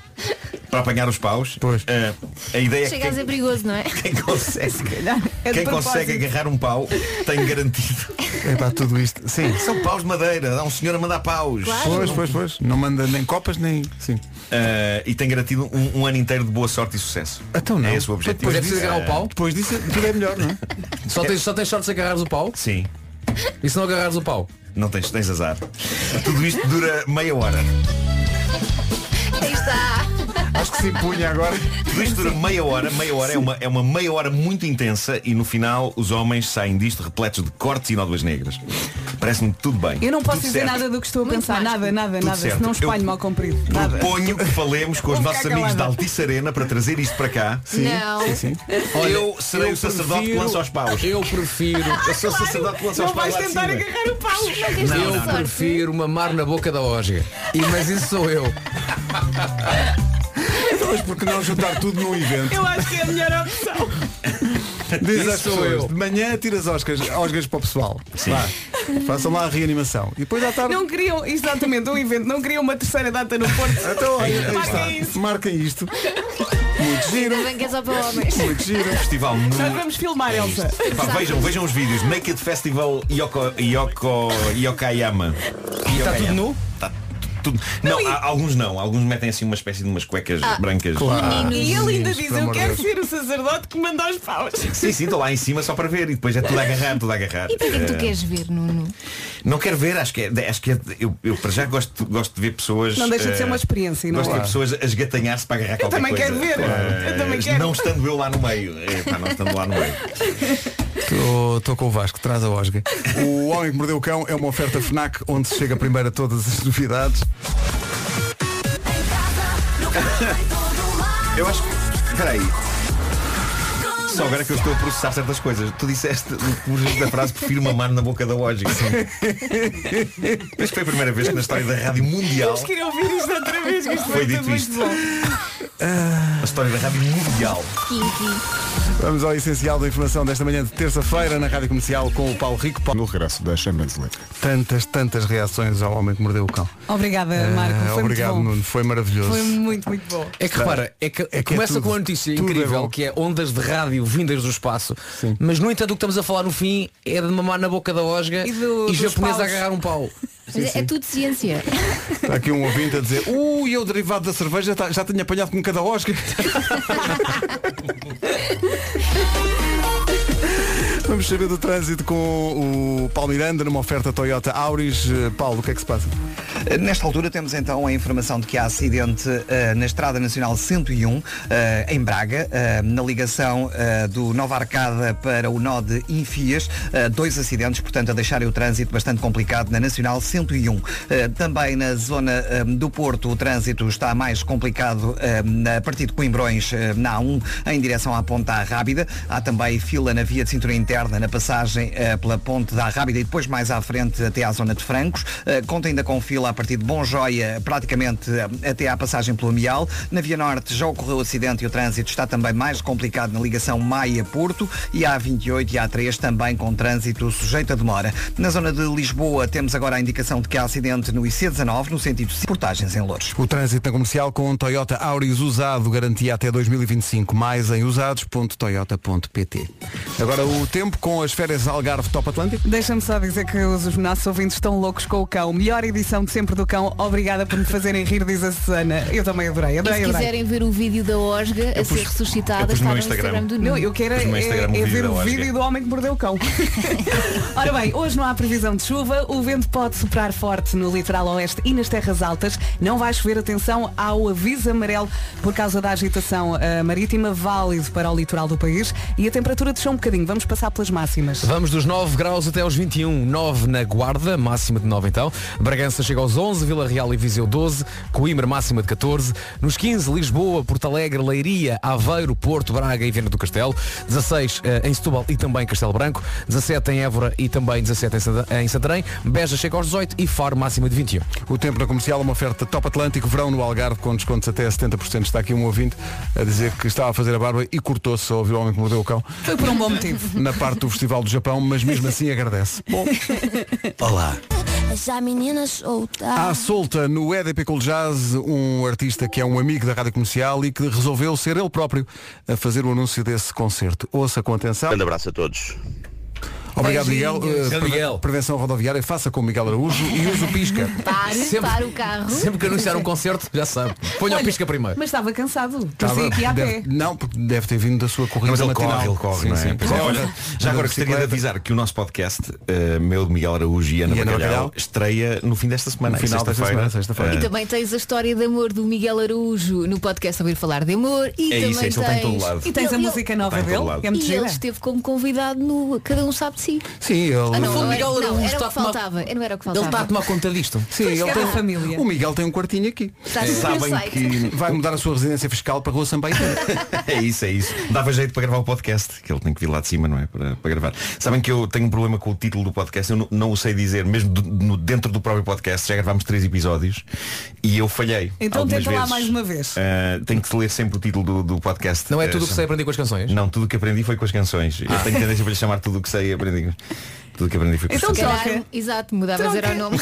para apanhar os paus. Ah, a ideia é que
Chega a
quem,
ser perigoso, não é?
quem consegue,
é de
quem
propósito.
consegue agarrar um pau tem garantido.
É para tudo isto. Sim.
São paus de madeira, dá um senhor a mandar paus.
Pois, pois, pois. Não manda nem copas nem. Sim.
Ah, e tem garantido um, um ano inteiro de boa sorte e sucesso.
Então não.
É esse o objetivo.
Depois disso- Depois disso tudo é melhor, não é?
Só tens, só tens sorte se agarrares o pau?
Sim.
E se não agarrares o pau?
Não tens, tens azar. Tudo isto dura meia hora.
Aí está.
Acho que se impunha agora.
Tudo isto dura meia hora, meia hora é uma, é uma meia hora muito intensa e no final os homens saem disto repletos de cortes e nódoas negras. Parece-me tudo bem.
Eu não posso
Tudo
dizer
certo.
nada do que estou a pensar. Nada, nada,
Tudo
nada.
certo.
Senão
Eu-
espanho-me ao comprido. Nada.
Proponho que falemos com os
Vou
nossos
ficar
amigos da
calada.
Altice Arena para trazer isto para cá.
Sim, Não. sim, sim.
Olha, eu serei
eu
o sacerdote que
prefiro-
lança aos paus.
Eu prefiro.
Eu sou o sacerdote que lança aos paus. lá de cima.
agarrar o pau.
eu prefiro mamar na boca da ósga. E, mas isso sou eu.
Então,
Pois porque não juntar tudo num evento.
Eu acho que é a melhor opção.
Diz
Isso
às
sou
pessoas,
eu.
de manhã tira as osgas, osgas para o pessoal. Vá. Façam lá a reanimação. E depois à tarde.
Não queriam, exatamente, um evento, não queriam uma terceira data no Porto.
Então, olha, aí
Marquem
está.
isso.
Marquem isto. Muito giro.
Ainda bem que é só para homens.
Muito giro.
Festival nu.
Nós vamos filmar, Elsa.
Pá, vejam, vejam os vídeos. Naked Festival Yoko, Yoko, Yokoyama.
E está
Yokoyama.
tudo nu?
Tá tu- tudo. Não, há- alguns não. Alguns metem assim uma espécie de umas cuecas
Ah,
brancas.
E ele ainda diz,
pelo
eu
amor de
quero
Deus."
ser o sacerdote que manda os paus.
Sim, sim, estou lá em cima só para ver e depois é tudo a agarrar, tudo a agarrar.
E para que é que tu
Eh,
queres ver, Nuno?
Não quero ver, acho que é, acho que é- eu, eu para já gosto, gosto de ver pessoas.
Não deixa de ser
eh,
uma experiência, não
Gosto de ver
é?
pessoas a esgatanhar-se para agarrar qualquer
também
coisa.
quero ver,
Eh,
eu também quero.
Não estando eu lá no meio. Eh, pá, não estando lá no meio.
Estou com o Vasco, traz a Osga. O Homem que Mordeu o Cão é uma oferta FNAC onde se chega primeiro a todas as novidades.
Eu acho que. Espera aí. Só agora que eu estou a processar certas coisas. Tu disseste no conjunto da frase prefiro mamar na boca da lógica. Mas foi a primeira vez que na história da Rádio Mundial.
Eles queriam ouvir isto outra vez, que isto
Foi
foi
dito
tudo muito
isto.
bom.
A história da Rádio Mundial.
Vamos ao essencial da informação desta manhã de terça-feira na Rádio Comercial com o Paulo Rico. No regresso da Champions League. Tantas, tantas reações ao Homem que Mordeu o Cão.
Obrigada, Marco.
Ah,
Foi
obrigado,
muito bom.
Nuno. Foi maravilhoso.
Foi um muito, muito bom.
É que repara, é que,
é
começa
tudo.
com uma notícia
Tudo é
incrível
bom.
que é ondas de rádio vindas do espaço. Mas no entanto o que estamos a falar no fim é de mamar na boca da osga e,
do- dos
japonês a
paus.
agarrar um pau.
Mas é, é tudo ciência.
Está aqui um ouvinte a dizer, ui, eu derivado da cerveja tá- já tenho apanhado com cada Oscar. Vamos saber do trânsito com o Paulo Miranda numa oferta Toyota Auris. Eh, Paulo, o que é que se passa?
Eh, Nesta altura temos então a informação de que há acidente eh, na Estrada Nacional 101, eh, em Braga, eh, na ligação eh, do Nova Arcada para o nó de Infias. Eh, dois acidentes, portanto, a deixarem o trânsito bastante complicado na Nacional 101. Eh, também na zona eh, do Porto o trânsito está mais complicado eh, na- a partir de Coimbrões, eh, na A1, em direção à Ponta à Rábida. Há também fila na via de cintura interna, na passagem eh, pela Ponte da Rábida e depois mais à frente até à zona de Francos. Eh, Conta ainda com fila a partir de Bom Joia, praticamente eh, até à passagem pelo Amial. Na Via Norte já ocorreu acidente e o trânsito está também mais complicado na ligação Maia-Porto e a A28 e A3 também com trânsito sujeito a demora. Na zona de Lisboa temos agora a indicação de que há acidente no IC19 no sentido de portagens em Louros.
O trânsito na comercial com um Toyota Auris usado, garantia até 2025, mais em usados.toyota.pt. Agora o tempo com as férias Algarve Top Atlântico.
Deixa-me só dizer que os, os nossos ouvintes estão loucos com o cão. Melhor edição de sempre do cão. Obrigada por me fazerem rir, diz a Susana. Eu também adorei,
E
adorei,
se
adorei.
quiserem ver o vídeo da Osga a
Eu pus-
ser ressuscitada,
eu pus
está
É no
no
Instagram.
Instagram do Nuno.
Não, eu quero é,
Pus no Instagram um
é
vídeo
ver
da
o
Osga.
vídeo do homem que mordeu o cão. Ora bem, hoje não há previsão de chuva, o vento pode soprar forte no litoral oeste e nas terras altas. Não vai chover atenção ao aviso amarelo por causa da agitação eh, marítima válido para o litoral do país e a temperatura desceu um bocadinho. Vamos passar pelas máximas.
Vamos dos 9 graus até aos 21. 9 na Guarda, máxima de 9 então. Bragança chega aos 11, Vila Real e Viseu 12, Coimbra máxima de 14. Nos 15, Lisboa, Porto Alegre, Leiria, Aveiro, Porto, Braga e Viana do Castelo. 16 eh, em Setúbal e também Castelo Branco. 17 em Évora e também 17 em Santa- em Santarém. Beja chega aos 18 e um. Faro máxima de 21.
O tempo na comercial, uma oferta Top Atlântico, verão no Algarve, com descontos até 70%. Está aqui um ouvinte a dizer que estava a fazer a barba e cortou-se, só ouviu o homem que mordeu o cão.
Foi por um bom motivo.
Na parte do Festival do Japão, mas mesmo assim agradece. Bom, olá.
Já menina solta.
À solta no EDP Cool Jazz, um artista que é um amigo da rádio comercial e que resolveu ser ele próprio a fazer o anúncio desse concerto. Ouça com atenção.
Grande abraço a todos.
Obrigado, Miguel.
Beijinhos.
Eh,
Grande
preve- Prevenção rodoviária, faça com o Miguel Araújo e use o pisca.
Pare, pare o carro.
Sempre que anunciar um concerto, já sabe. Ponha o
Olha,
pisca primeiro.
Mas estava cansado.
Estava-
Passei aqui a pé.
Então deve- não, porque deve ter vindo da sua corrida
Mas ele
matinal.
corre, ele corre,
Sim,
não é?
sim.
Pois é, olha, já agora gostaria de
bicicleta.
avisar que o nosso podcast, eh, meu de Miguel Araújo e Ana,
E Ana
Bacalhau,
Bacalhau,
estreia no fim desta semana.
No final desta semana, sexta-feira.
E
Eh,
também tens a história de amor do Miguel Araújo no podcast Ouvir Falar de Amor. E
É
também
isso, é
tens...
isso, ele está em todo lado.
E tens a música nova
Está em todo
dele,
lado.
que é muito
e
gira.
ele esteve como convidado no Cada Um Sabe de Si.
Sim, ele...
Ah, não,
ele-
não, era,
Miguel
não,
Araújo está
era o
a
que
tomar-
faltava. Era- Não era o que
Ele
faltava.
está a tomar conta disto.
Sim, ele tem O Miguel tem um quartinho aqui.
Está no
Sabem
site.
que
vai mudar a sua residência fiscal para a Rua Sampaio.
é isso, é isso. Dava jeito para gravar o podcast, que ele tem que vir lá de cima, não é? Para, para gravar. Sabem que eu tenho um problema com o título do podcast, eu não, não o sei dizer, mesmo do- no- dentro do próprio podcast, já gravámos três episódios e eu falhei.
Então
algumas
tenta lá
vezes.
mais uma vez.
Uh, tenho que ler sempre o título do, do podcast.
Não é
Uh,
tudo o que sei
chama-
aprender com as canções? Ah.
Não, tudo o que aprendi foi com as canções. Eu tenho tendência para lhe chamar tudo o que sei e aprendi. Tudo o que aprendi foi com
Então
as canções.
troca. Exato, mudavas
Troca.
era o nome.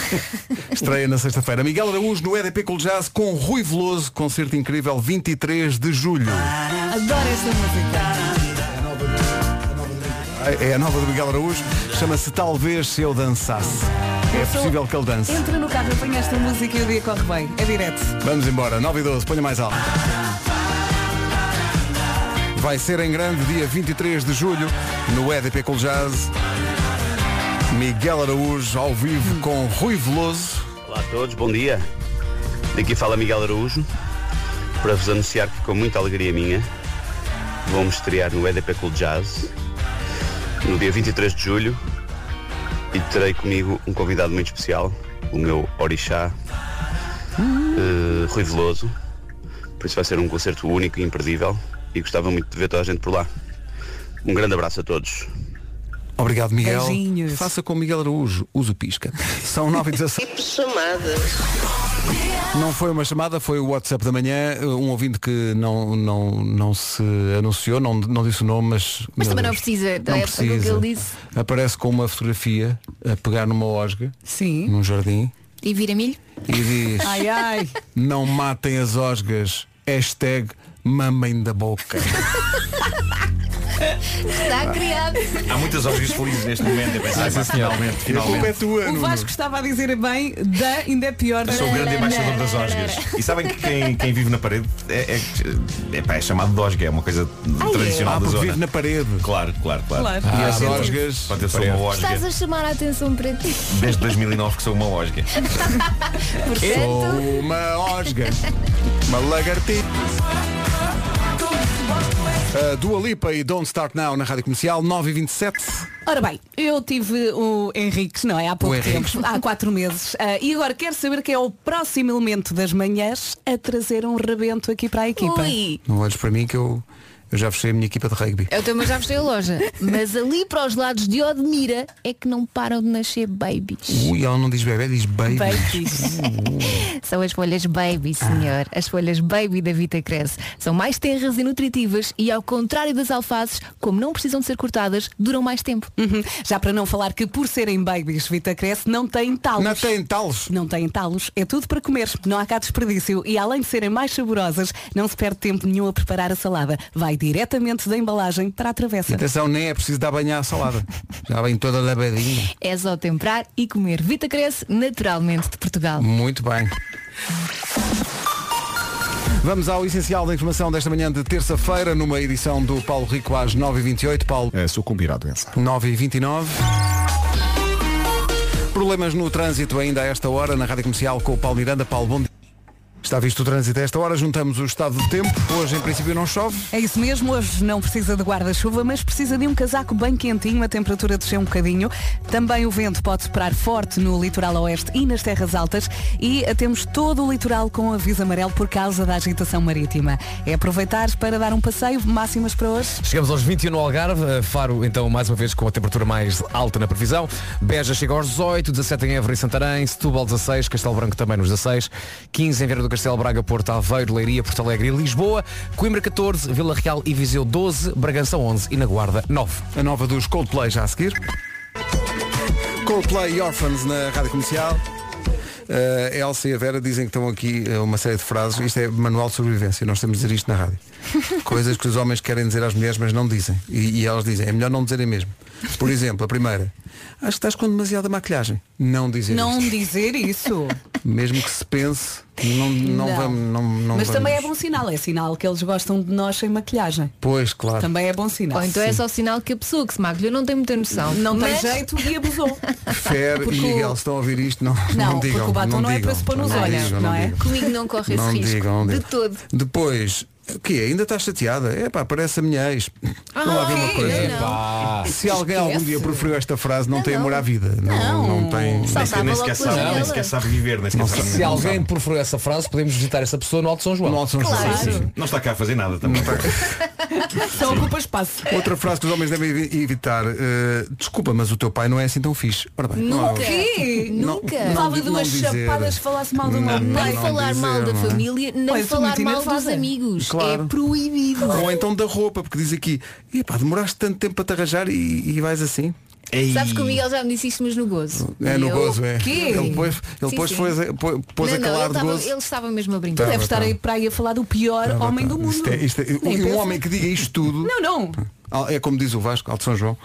Estreia na sexta-feira. Miguel Araújo no EDP Cool Jazz com Rui Veloso, concerto incrível 23 de julho.
Adoro esta música.
É a nova do Miguel Araújo, chama-se Talvez Se Eu Dançasse. É possível que ele dance.
Entra no carro, apanha esta música e o dia corre bem. É direto.
Vamos embora, 9 e 12, ponha mais alto. Vai ser em grande, dia 23 de julho, no EDP Cool Jazz. Miguel Araújo ao vivo com Rui Veloso.
Olá a todos, bom dia. Daqui fala Miguel Araújo para vos anunciar que com muita alegria minha vou-me estrear no EDP Cool Jazz no dia 23 de julho e terei comigo um convidado muito especial, o meu orixá eh, Rui Veloso. Por isso vai ser um concerto único e imperdível e gostava muito de ver toda a gente por lá. Um grande abraço a todos.
Obrigado, Miguel. Faça com Miguel Araújo, uso pisca. São 9 e 17. Não foi uma chamada, foi o WhatsApp da manhã. Um ouvinte que não, não, não se anunciou, não, não disse o nome, mas.
Mas
meu
também não
Deus,
precisa.
não
é o que
precisa.
ele disse.
Aparece com uma fotografia a pegar numa osga,
Sim.
num jardim,
E vira milho.
e diz:
Ai ai.
Não matem as osgas, hashtag mamem da boca.
Está criado.
Há muitas óbvias felizes neste momento. Eu pensei,
Ah, sim,
"Pá,
senhor.
finalmente,
culpa é
finalmente.
tua,
O Vasco estava a dizer bem, da ainda é pior.
Eu sou o grande embaixador das osgas. E sabem que quem, quem vive na parede é, é- é pá, é chamado de osga, é uma coisa
Ah, é?
tradicional
Ah,
da
porque
zona.
vive
na parede.
Claro, claro, claro.
Claro. Ah,
E as
sim.
osgas. Portanto, eu sou uma
Estás
osga.
a chamar a atenção para ti.
Desde 2009 que sou uma osga.
Portanto,
Sou uma osga. Uma lagartixa. A Dua Lipa e Don't Start Now na Rádio Comercial 9 e 27
Ora bem, eu tive o Henriques, não é? Há pouco
Henriques.
tempo, há quatro meses. Ah, e agora quero saber quem é o próximo elemento das manhãs a trazer um rebento aqui para a equipa.
Ui.
Não olhes para mim que eu, eu já fechei a minha equipa de rugby.
Eu também Então, já fechei a loja. Mas ali para os lados de Odmira é que não param de nascer babies.
Ui, ela não diz bebê, diz baby.
Babies. São as folhas baby, senhor. As folhas baby da Vita Cresce. São mais tenras e nutritivas e, ao contrário das alfaces, como não precisam de ser cortadas, duram mais tempo.
Uhum. Já para não falar que por serem babies Vita Cresce não têm talos. Não
têm talos.
Não têm talos. É tudo para comer. Não há cá desperdício. E além de serem mais saborosas, não se perde tempo nenhum a preparar a salada. Vai diretamente da embalagem para a
E
travessa.
atenção, nem é preciso dar banho à salada. Já vem toda lavadinha.
É só temperar e comer Vita Cresce naturalmente de Portugal.
Muito bem. Vamos ao essencial da informação desta manhã de terça-feira, numa edição do Paulo Rico às 9h28. Paulo.
É, sucumbir à doença.
9h29. Problemas no trânsito ainda a esta hora, na Rádio Comercial com o Paulo Miranda. Paulo, bom dia. Está visto o trânsito a esta hora, juntamos o estado do tempo. Hoje, em princípio, não chove.
É isso mesmo, hoje não precisa de guarda-chuva, mas precisa de um casaco bem quentinho, a temperatura desceu um bocadinho. Também o vento pode soprar forte no litoral oeste e nas terras altas e eh, temos todo o litoral com aviso amarelo por causa da agitação marítima. É aproveitar para dar um passeio, máximas para hoje.
Chegamos aos 21 no Algarve, eh, Faro então mais uma vez com a temperatura mais alta na previsão, Beja chega aos 18, 17 em Évora e Santarém, Setúbal 16, Castelo Branco também nos 16, 15 em Vieira do Castelo, Braga, Porto, Aveiro, Leiria, Porto Alegre e Lisboa, Coimbra 14, Vila Real e Viseu 12, Bragança 11 e na Guarda 9.
A nova dos Coldplay já a seguir. Coldplay e Orphans na Rádio Comercial. Eh, a Elsa e a Vera dizem que estão aqui eh, uma série de frases. Isto é manual de sobrevivência. Nós temos de dizer isto na rádio. Coisas que os homens querem dizer às mulheres, mas não dizem. E, e elas dizem. É melhor não dizerem mesmo. Por exemplo, a primeira. Acho que estás com demasiada maquilhagem. Não dizer
Não
isto.
dizer isso.
Mesmo que se pense, não, não,
Não.
vamos. Não, não
mas
vamos.
também é bom sinal, é sinal que eles gostam de nós sem maquilhagem.
Pois, claro.
Também é bom sinal.
Ou então é só sinal que a pessoa que se maquilhou não tem muita noção.
Não tem
Mas-
jeito e abusou.
Fer
Porque
e
o-
Miguel se estão a ouvir isto, não, não,
Não,
digam.
porque o batom não é
digam,
para se pôr nos olhos,
digam,
não é?
digam.
Comigo não corre esse
Não
risco.
digam, não
de
digam.
todo.
Depois, o que Ainda estás chateada? É pá, parece a minha ex. não há a ver uma
ok,
coisa.
Ah, é? não.
Epá. Se alguém algum dia
Esquece.
preferiu esta frase, não, tem amor à vida. Não, não, tem.
Nem sequer- nem sequer sabe- nem sequer sabe viver, nem sequer sabe.
Se alguém proferiu essa frase, podemos visitar essa pessoa no Alto São João. No Alto
São
João, Claro. sim,
assim.
sim. Não está cá a fazer nada também.
Só ocupa espaço.
Outra frase que os homens devem evi- evitar. eh, Desculpa, mas o teu pai não é assim tão fixe. Ora bem, não há-
Quê?
Não- não
Levava
di- não
duas
dizer.
chapadas falasse mal do meu
Não,
pai.
Nem
não
falar
dizer,
mal da
não é?
família, nem
Pois, estou
falar
muito
mal dos
enervada.
amigos.
Claro.
É proibido.
Ou então da roupa, porque diz aqui, epá, demoraste tanto tempo para te arranjar e, e vais assim.
Sabes que o Miguel já me disse isto, mas no gozo.
É no
Eu-
gozo, é.
Quê?
Ele depois, ele
Sim,
depois
sim.
foi, pô- pôs
Não,
a
não,
calar
ele,
de
estava,
gozo.
ele estava mesmo a brincar.
Tava,
Deve estar aí
tava.
para aí a falar do pior
Tava,
homem
tava.
do mundo.
Isto é- isto é-
Nem
e um
pensa.
homem que diga isto tudo.
Não, não.
Ah, É como diz o Vasco, Alto São João.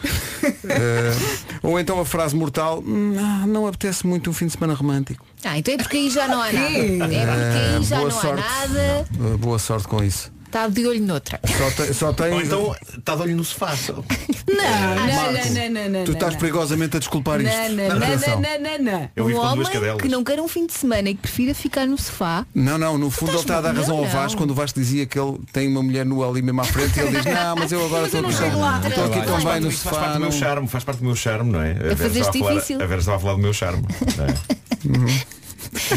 Eh, ou então a frase mortal, "Hum, ah, não apetece muito um fim de semana romântico.
Ah, então é porque aí já não há nada. É
Quê?
porque aí já
Eh, boa
não há
sorte.
nada.
Eh, boa sorte com isso.
Tá
Está de olho noutra.
Só, te- só tem.
Ou então está de olho no sofá. só.
Não,
Ah,
não,
Marco,
não, não, não,
Tu estás
não.
perigosamente a desculpar
Não,
isto.
não, não,
Atenção.
não, não, não.
Eu vivo
um
com duas
homem
cadelas.
que não quer um fim de semana e que prefira ficar no sofá.
Não, não, no fundo ele
Estás
está a dar
maluco?
razão ao
Não,
Vasco
não.
quando o Vasco dizia que ele tem uma mulher nua ali mesmo à frente e ele diz, não, mas eu agora
Mas
estou
eu
aqui,
não chego lá.
tão- estou aqui
Faz
tão
parte
bem no
do- Faz parte
sofá.
do meu
não-
charme, faz parte do meu charme, não é? A Vera
fazer-te
estava a falar-
difícil.
A Vera estava a falar do meu charme. não é?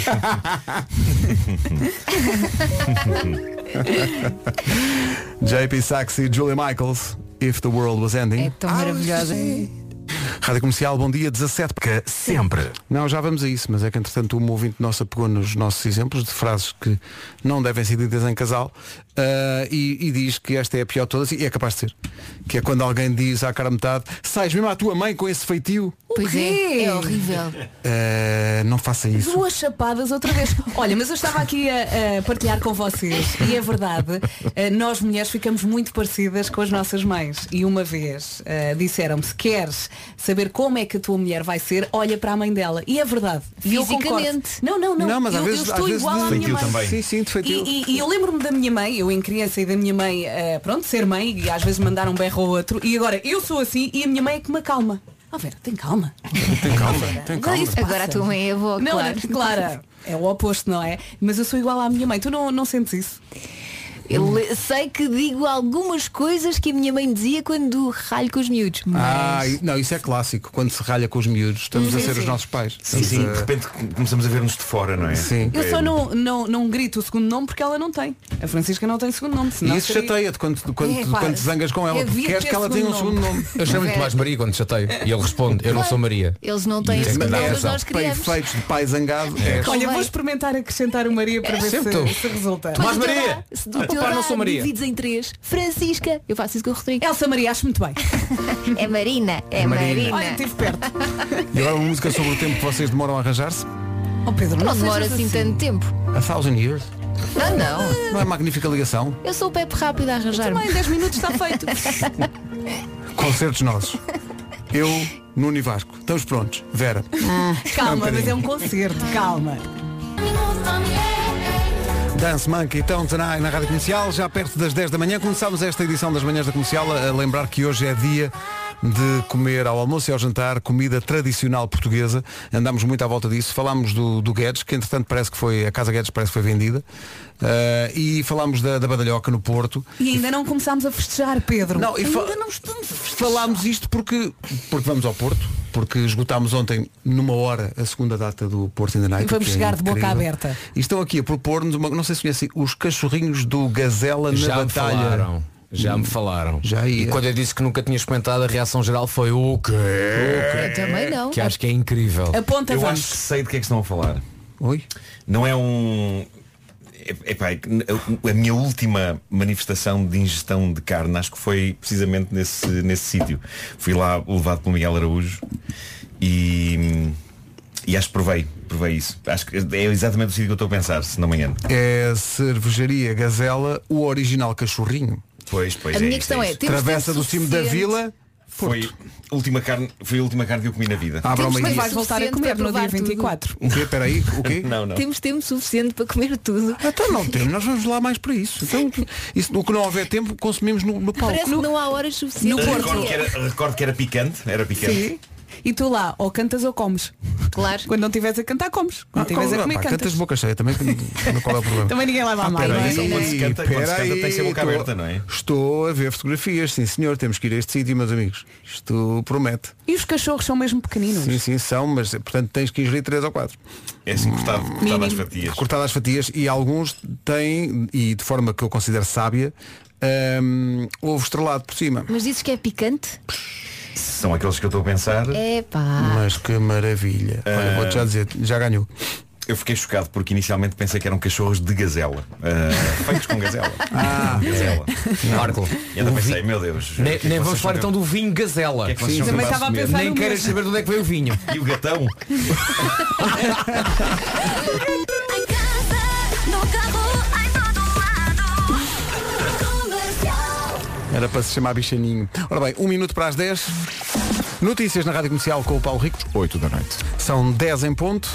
JP Sachs e Julia Michaels, If the World Was Ending.
É tão maravilhosa.
Rádio Comercial, bom dia, 17 porque é sempre. Não, já vamos a isso, mas é que entretanto um ouvinte nosso pegou nos nossos exemplos de frases que não devem ser ditas em casal ah, e, e diz que esta é a pior de todas e é capaz de ser. Que é quando alguém diz à cara metade, sais mesmo à tua mãe com esse feitio.
Pois é, é horrível.
Ah, não faça isso.
Duas chapadas outra vez. Olha, mas eu estava aqui a, a partilhar com vocês e é verdade, eh, nós mulheres ficamos muito parecidas com as nossas mães. E uma vez eh, disseram-me, se queres saber como é que a tua mulher vai ser, olha para a mãe dela. E é verdade. E eu concordo.
Fisicamente.
Não, não, não.
Não, mas
eu,
às
eu
vezes-
estou
às vezes
igual
de
à minha
feitio
mãe.
também. Sim, sim, de feitio.
E, e- e eu lembro-me da minha mãe, eu em criança e da minha mãe, eh, pronto, ser mãe e às vezes mandar um berro ao outro. E agora eu sou assim e a minha mãe é que me acalma. Ah, Vera, tem calma.
Tem calma, tem
Agora
calma.
isso passa.
Agora a tua mãe é avó,
Não,
claro.
não, Clara, é o oposto, não é? Mas eu sou igual à minha mãe. Tu não, não sentes isso?
Eu le- sei que digo algumas coisas que a minha mãe dizia quando ralho com os miúdos.
Ah,
Mas...
e- não, isso é clássico. Quando se ralha com os miúdos, estamos
Sim,
a ser
sim.
os nossos pais.
Sim, sim, de repente começamos a ver-nos de fora, não é?
Sim.
Eu só não, não, não grito o segundo nome porque ela não tem. A Francisca não tem segundo nome.
E
senão
isso
seria-
chateia-te quando, quando,
É, pá,
quando te zangas com ela, porque
havia
queres
ter
que ela tenha um segundo nome.
Eu chamo-lhe Tomás Maria quando te chateio. E ele responde, eu não sou Maria.
Eles não têm
Tem
é
esse
que
segundo
dar
nome, mas
razão.
nós criamos.
Perfeitos de pai zangado.
É.
Olha, vou experimentar acrescentar o Maria para
É,
ver
sempre
se,
tu.
se resulta.
Mas o teu dá- Se do teu dá, divides em três. Francisca. Eu faço isso com o Rodrigo.
Elsa Maria, acho muito bem.
é Marina. É
Marina.
Marina.
Olha,
estive perto.
E agora uma música sobre o tempo que vocês demoram a arranjar-se?
Oh, Pedro,
não,
não
demora
sejas
assim
assim.
tanto tempo.
A Thousand Years?
Não, Ah, não.
Não é magnífica ligação?
Eu sou o Pepe rápido a arranjar. Também,
10 minutos está feito.
Concertos nossos. Eu, Nuno e Vasco. Estamos prontos. Vera.
Ah.
Calma,
um
mas é
bocadinho.
um concerto, calma.
Dance Monkey, então, tonight na Rádio Comercial, já perto das 10 da manhã. Começámos esta edição das Manhãs da Comercial a a lembrar que hoje é dia de comer ao almoço e ao jantar comida tradicional portuguesa. Andámos muito à volta disso. Falámos do, do Guedes, que entretanto parece que foi, a Casa Guedes parece que foi vendida. Ah, e falámos da, da Badalhoca no Porto.
E ainda não começámos a festejar, Pedro.
Não, e fa-
ainda não estamos a festejar.
Falámos isto porque, porque vamos ao Porto, porque esgotámos ontem, numa hora, a segunda data do Porto in the Night.
E vamos
que é
chegar de boca
incrível.
aberta.
E estão aqui a propor-nos uma. Não sei se conhecem os cachorrinhos do Gazela na
Já me
Batalha. Hum.
falaram. Já me falaram.
Já ia.
E quando eu disse que nunca tinha experimentado, a reação geral foi o quê?
Eu também não.
Que acho que é incrível.
Aponta,
Eu
vamos.
acho que sei do que é que estão a falar.
Oi?
Não é um. é- epá, é que n- a minha última manifestação de ingestão de carne acho que foi precisamente nesse, nesse sítio. Fui lá levado pelo Miguel Araújo e, e acho que provei, provei isso. Acho que é exatamente o sítio que eu estou a pensar, se não me engano.
É a cervejaria Gazela, o original cachorrinho.
Pois, pois
A
é.
minha
isso,
questão é,
isso.
temos Travessa tempo do cimo da suficiente? vila,
Foi a última carne, foi a última carne que eu comi na vida.
Abra uma
Mas
guia.
vais voltar a
Suficiente
comer
para
no dia
provar tudo.
24.
O quê? Espera aí, o quê?
não, não.
Temos tempo suficiente para comer tudo.
Ah,
Então não temos, nós vamos lá mais para isso. Então, isso, o que não houver tempo, consumimos no, no palco.
Parece que não há horas suficientes.
Recordo que, era, recordo que era picante, era picante.
Sim. E tu lá, ou cantas ou comes.
Claro.
Quando não estiveres a cantar, comes.
Ah,
Quando estiveres
como-
a comer,
pá,
cantas.
cantas de boca cheia também, que- qual é o problema?
Também ninguém leva a mal.
Espera
não é?
aí,
quando se canta- quando se canta
espera
tem que ser
aí,
boca
tô-
aberta, não é?
Estou a ver fotografias, sim senhor, temos que ir a este sítio, meus amigos. Isto promete.
E os cachorros são mesmo pequeninos.
Sim, sim, são, mas portanto tens que ingerir 3 ou 4.
É assim cortado, cortado às fatias.
Cortado às fatias e alguns têm, e de forma que eu considero sábia, hum, ovo estrelado por cima.
Mas dizes que é picante?
São aqueles que eu estou a pensar.
É.
Epá.
Mas que maravilha. Olha,
Ah.
vou-te já dizer, já ganhou.
Eu fiquei chocado porque inicialmente pensei que eram cachorros de gazela. Ah, feitos com gazela.
Ah,
gazela.
Marco.
E ainda pensei, meu Deus. o que é
Nem,
que
nem
vocês
vamos falar
são
então do vinho gazela.
que é que vocês Sim, são também capazes estava a de pensar comer?
Nem
no
queiras
mesmo.
saber de onde é que veio o vinho.
E o gatão?
Era para se chamar bichaninho. Ora bem, um minuto para as 10. Notícias na Rádio Comercial com o Paulo Rico.
8 da noite.
São 10 em ponto.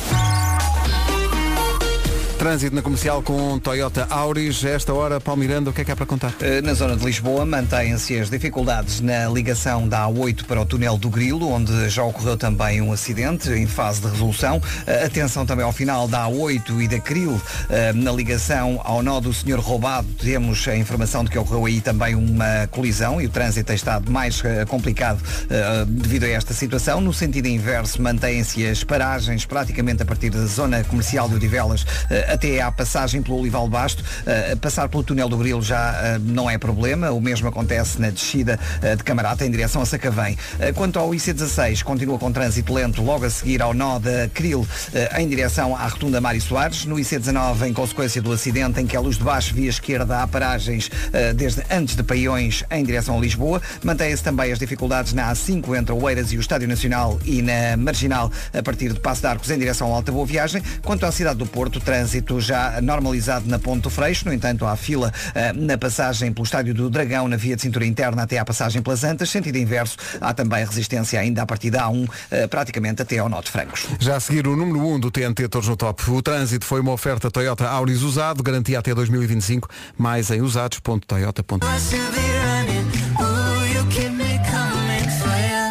Trânsito na comercial com Toyota Auris. A Esta hora, Paulo Miranda, o que é que há para contar?
Eh, Na zona de Lisboa mantêm-se as dificuldades na ligação da A8 para o túnel do Grilo, onde já ocorreu também um acidente em fase de resolução. Eh, Atenção também ao final da A8 e da Cril, eh, na ligação ao nó do Senhor Roubado, temos a informação de que ocorreu aí também uma colisão e o trânsito tem estado mais eh, complicado eh, devido a esta situação. No sentido inverso, mantêm-se as paragens praticamente a partir da zona comercial de Odivelas eh, até à passagem pelo Olival Basto. Eh, Passar pelo túnel do Grilo já eh, não é problema. O mesmo acontece na descida eh, de Camarata em direção a Sacavém. Eh, Quanto ao IC16, continua com trânsito lento logo a seguir ao nó da Cril eh, em direção à Rotunda Mário Soares. No IC19, em consequência do acidente em que a luz de baixo via esquerda há paragens eh, desde antes de Paiões em direção a Lisboa. Mantém-se também as dificuldades na A5 entre Oeiras e o Estádio Nacional e na Marginal a partir de Passo de Arcos em direção à Alta Boa Viagem. Quanto à cidade do Porto, trânsito já normalizado na Ponte do Freixo. No entanto, há fila eh, na passagem pelo Estádio do Dragão, na via de cintura interna até à passagem pelas Antas. Sentido inverso, há também resistência ainda a partir da A1, eh, praticamente até ao Nó de Francos.
Já a seguir o número 1 do TNT Todos no Top. O trânsito foi uma oferta Toyota Auris usado, garantia até 2025, mais em usados.toyota.com.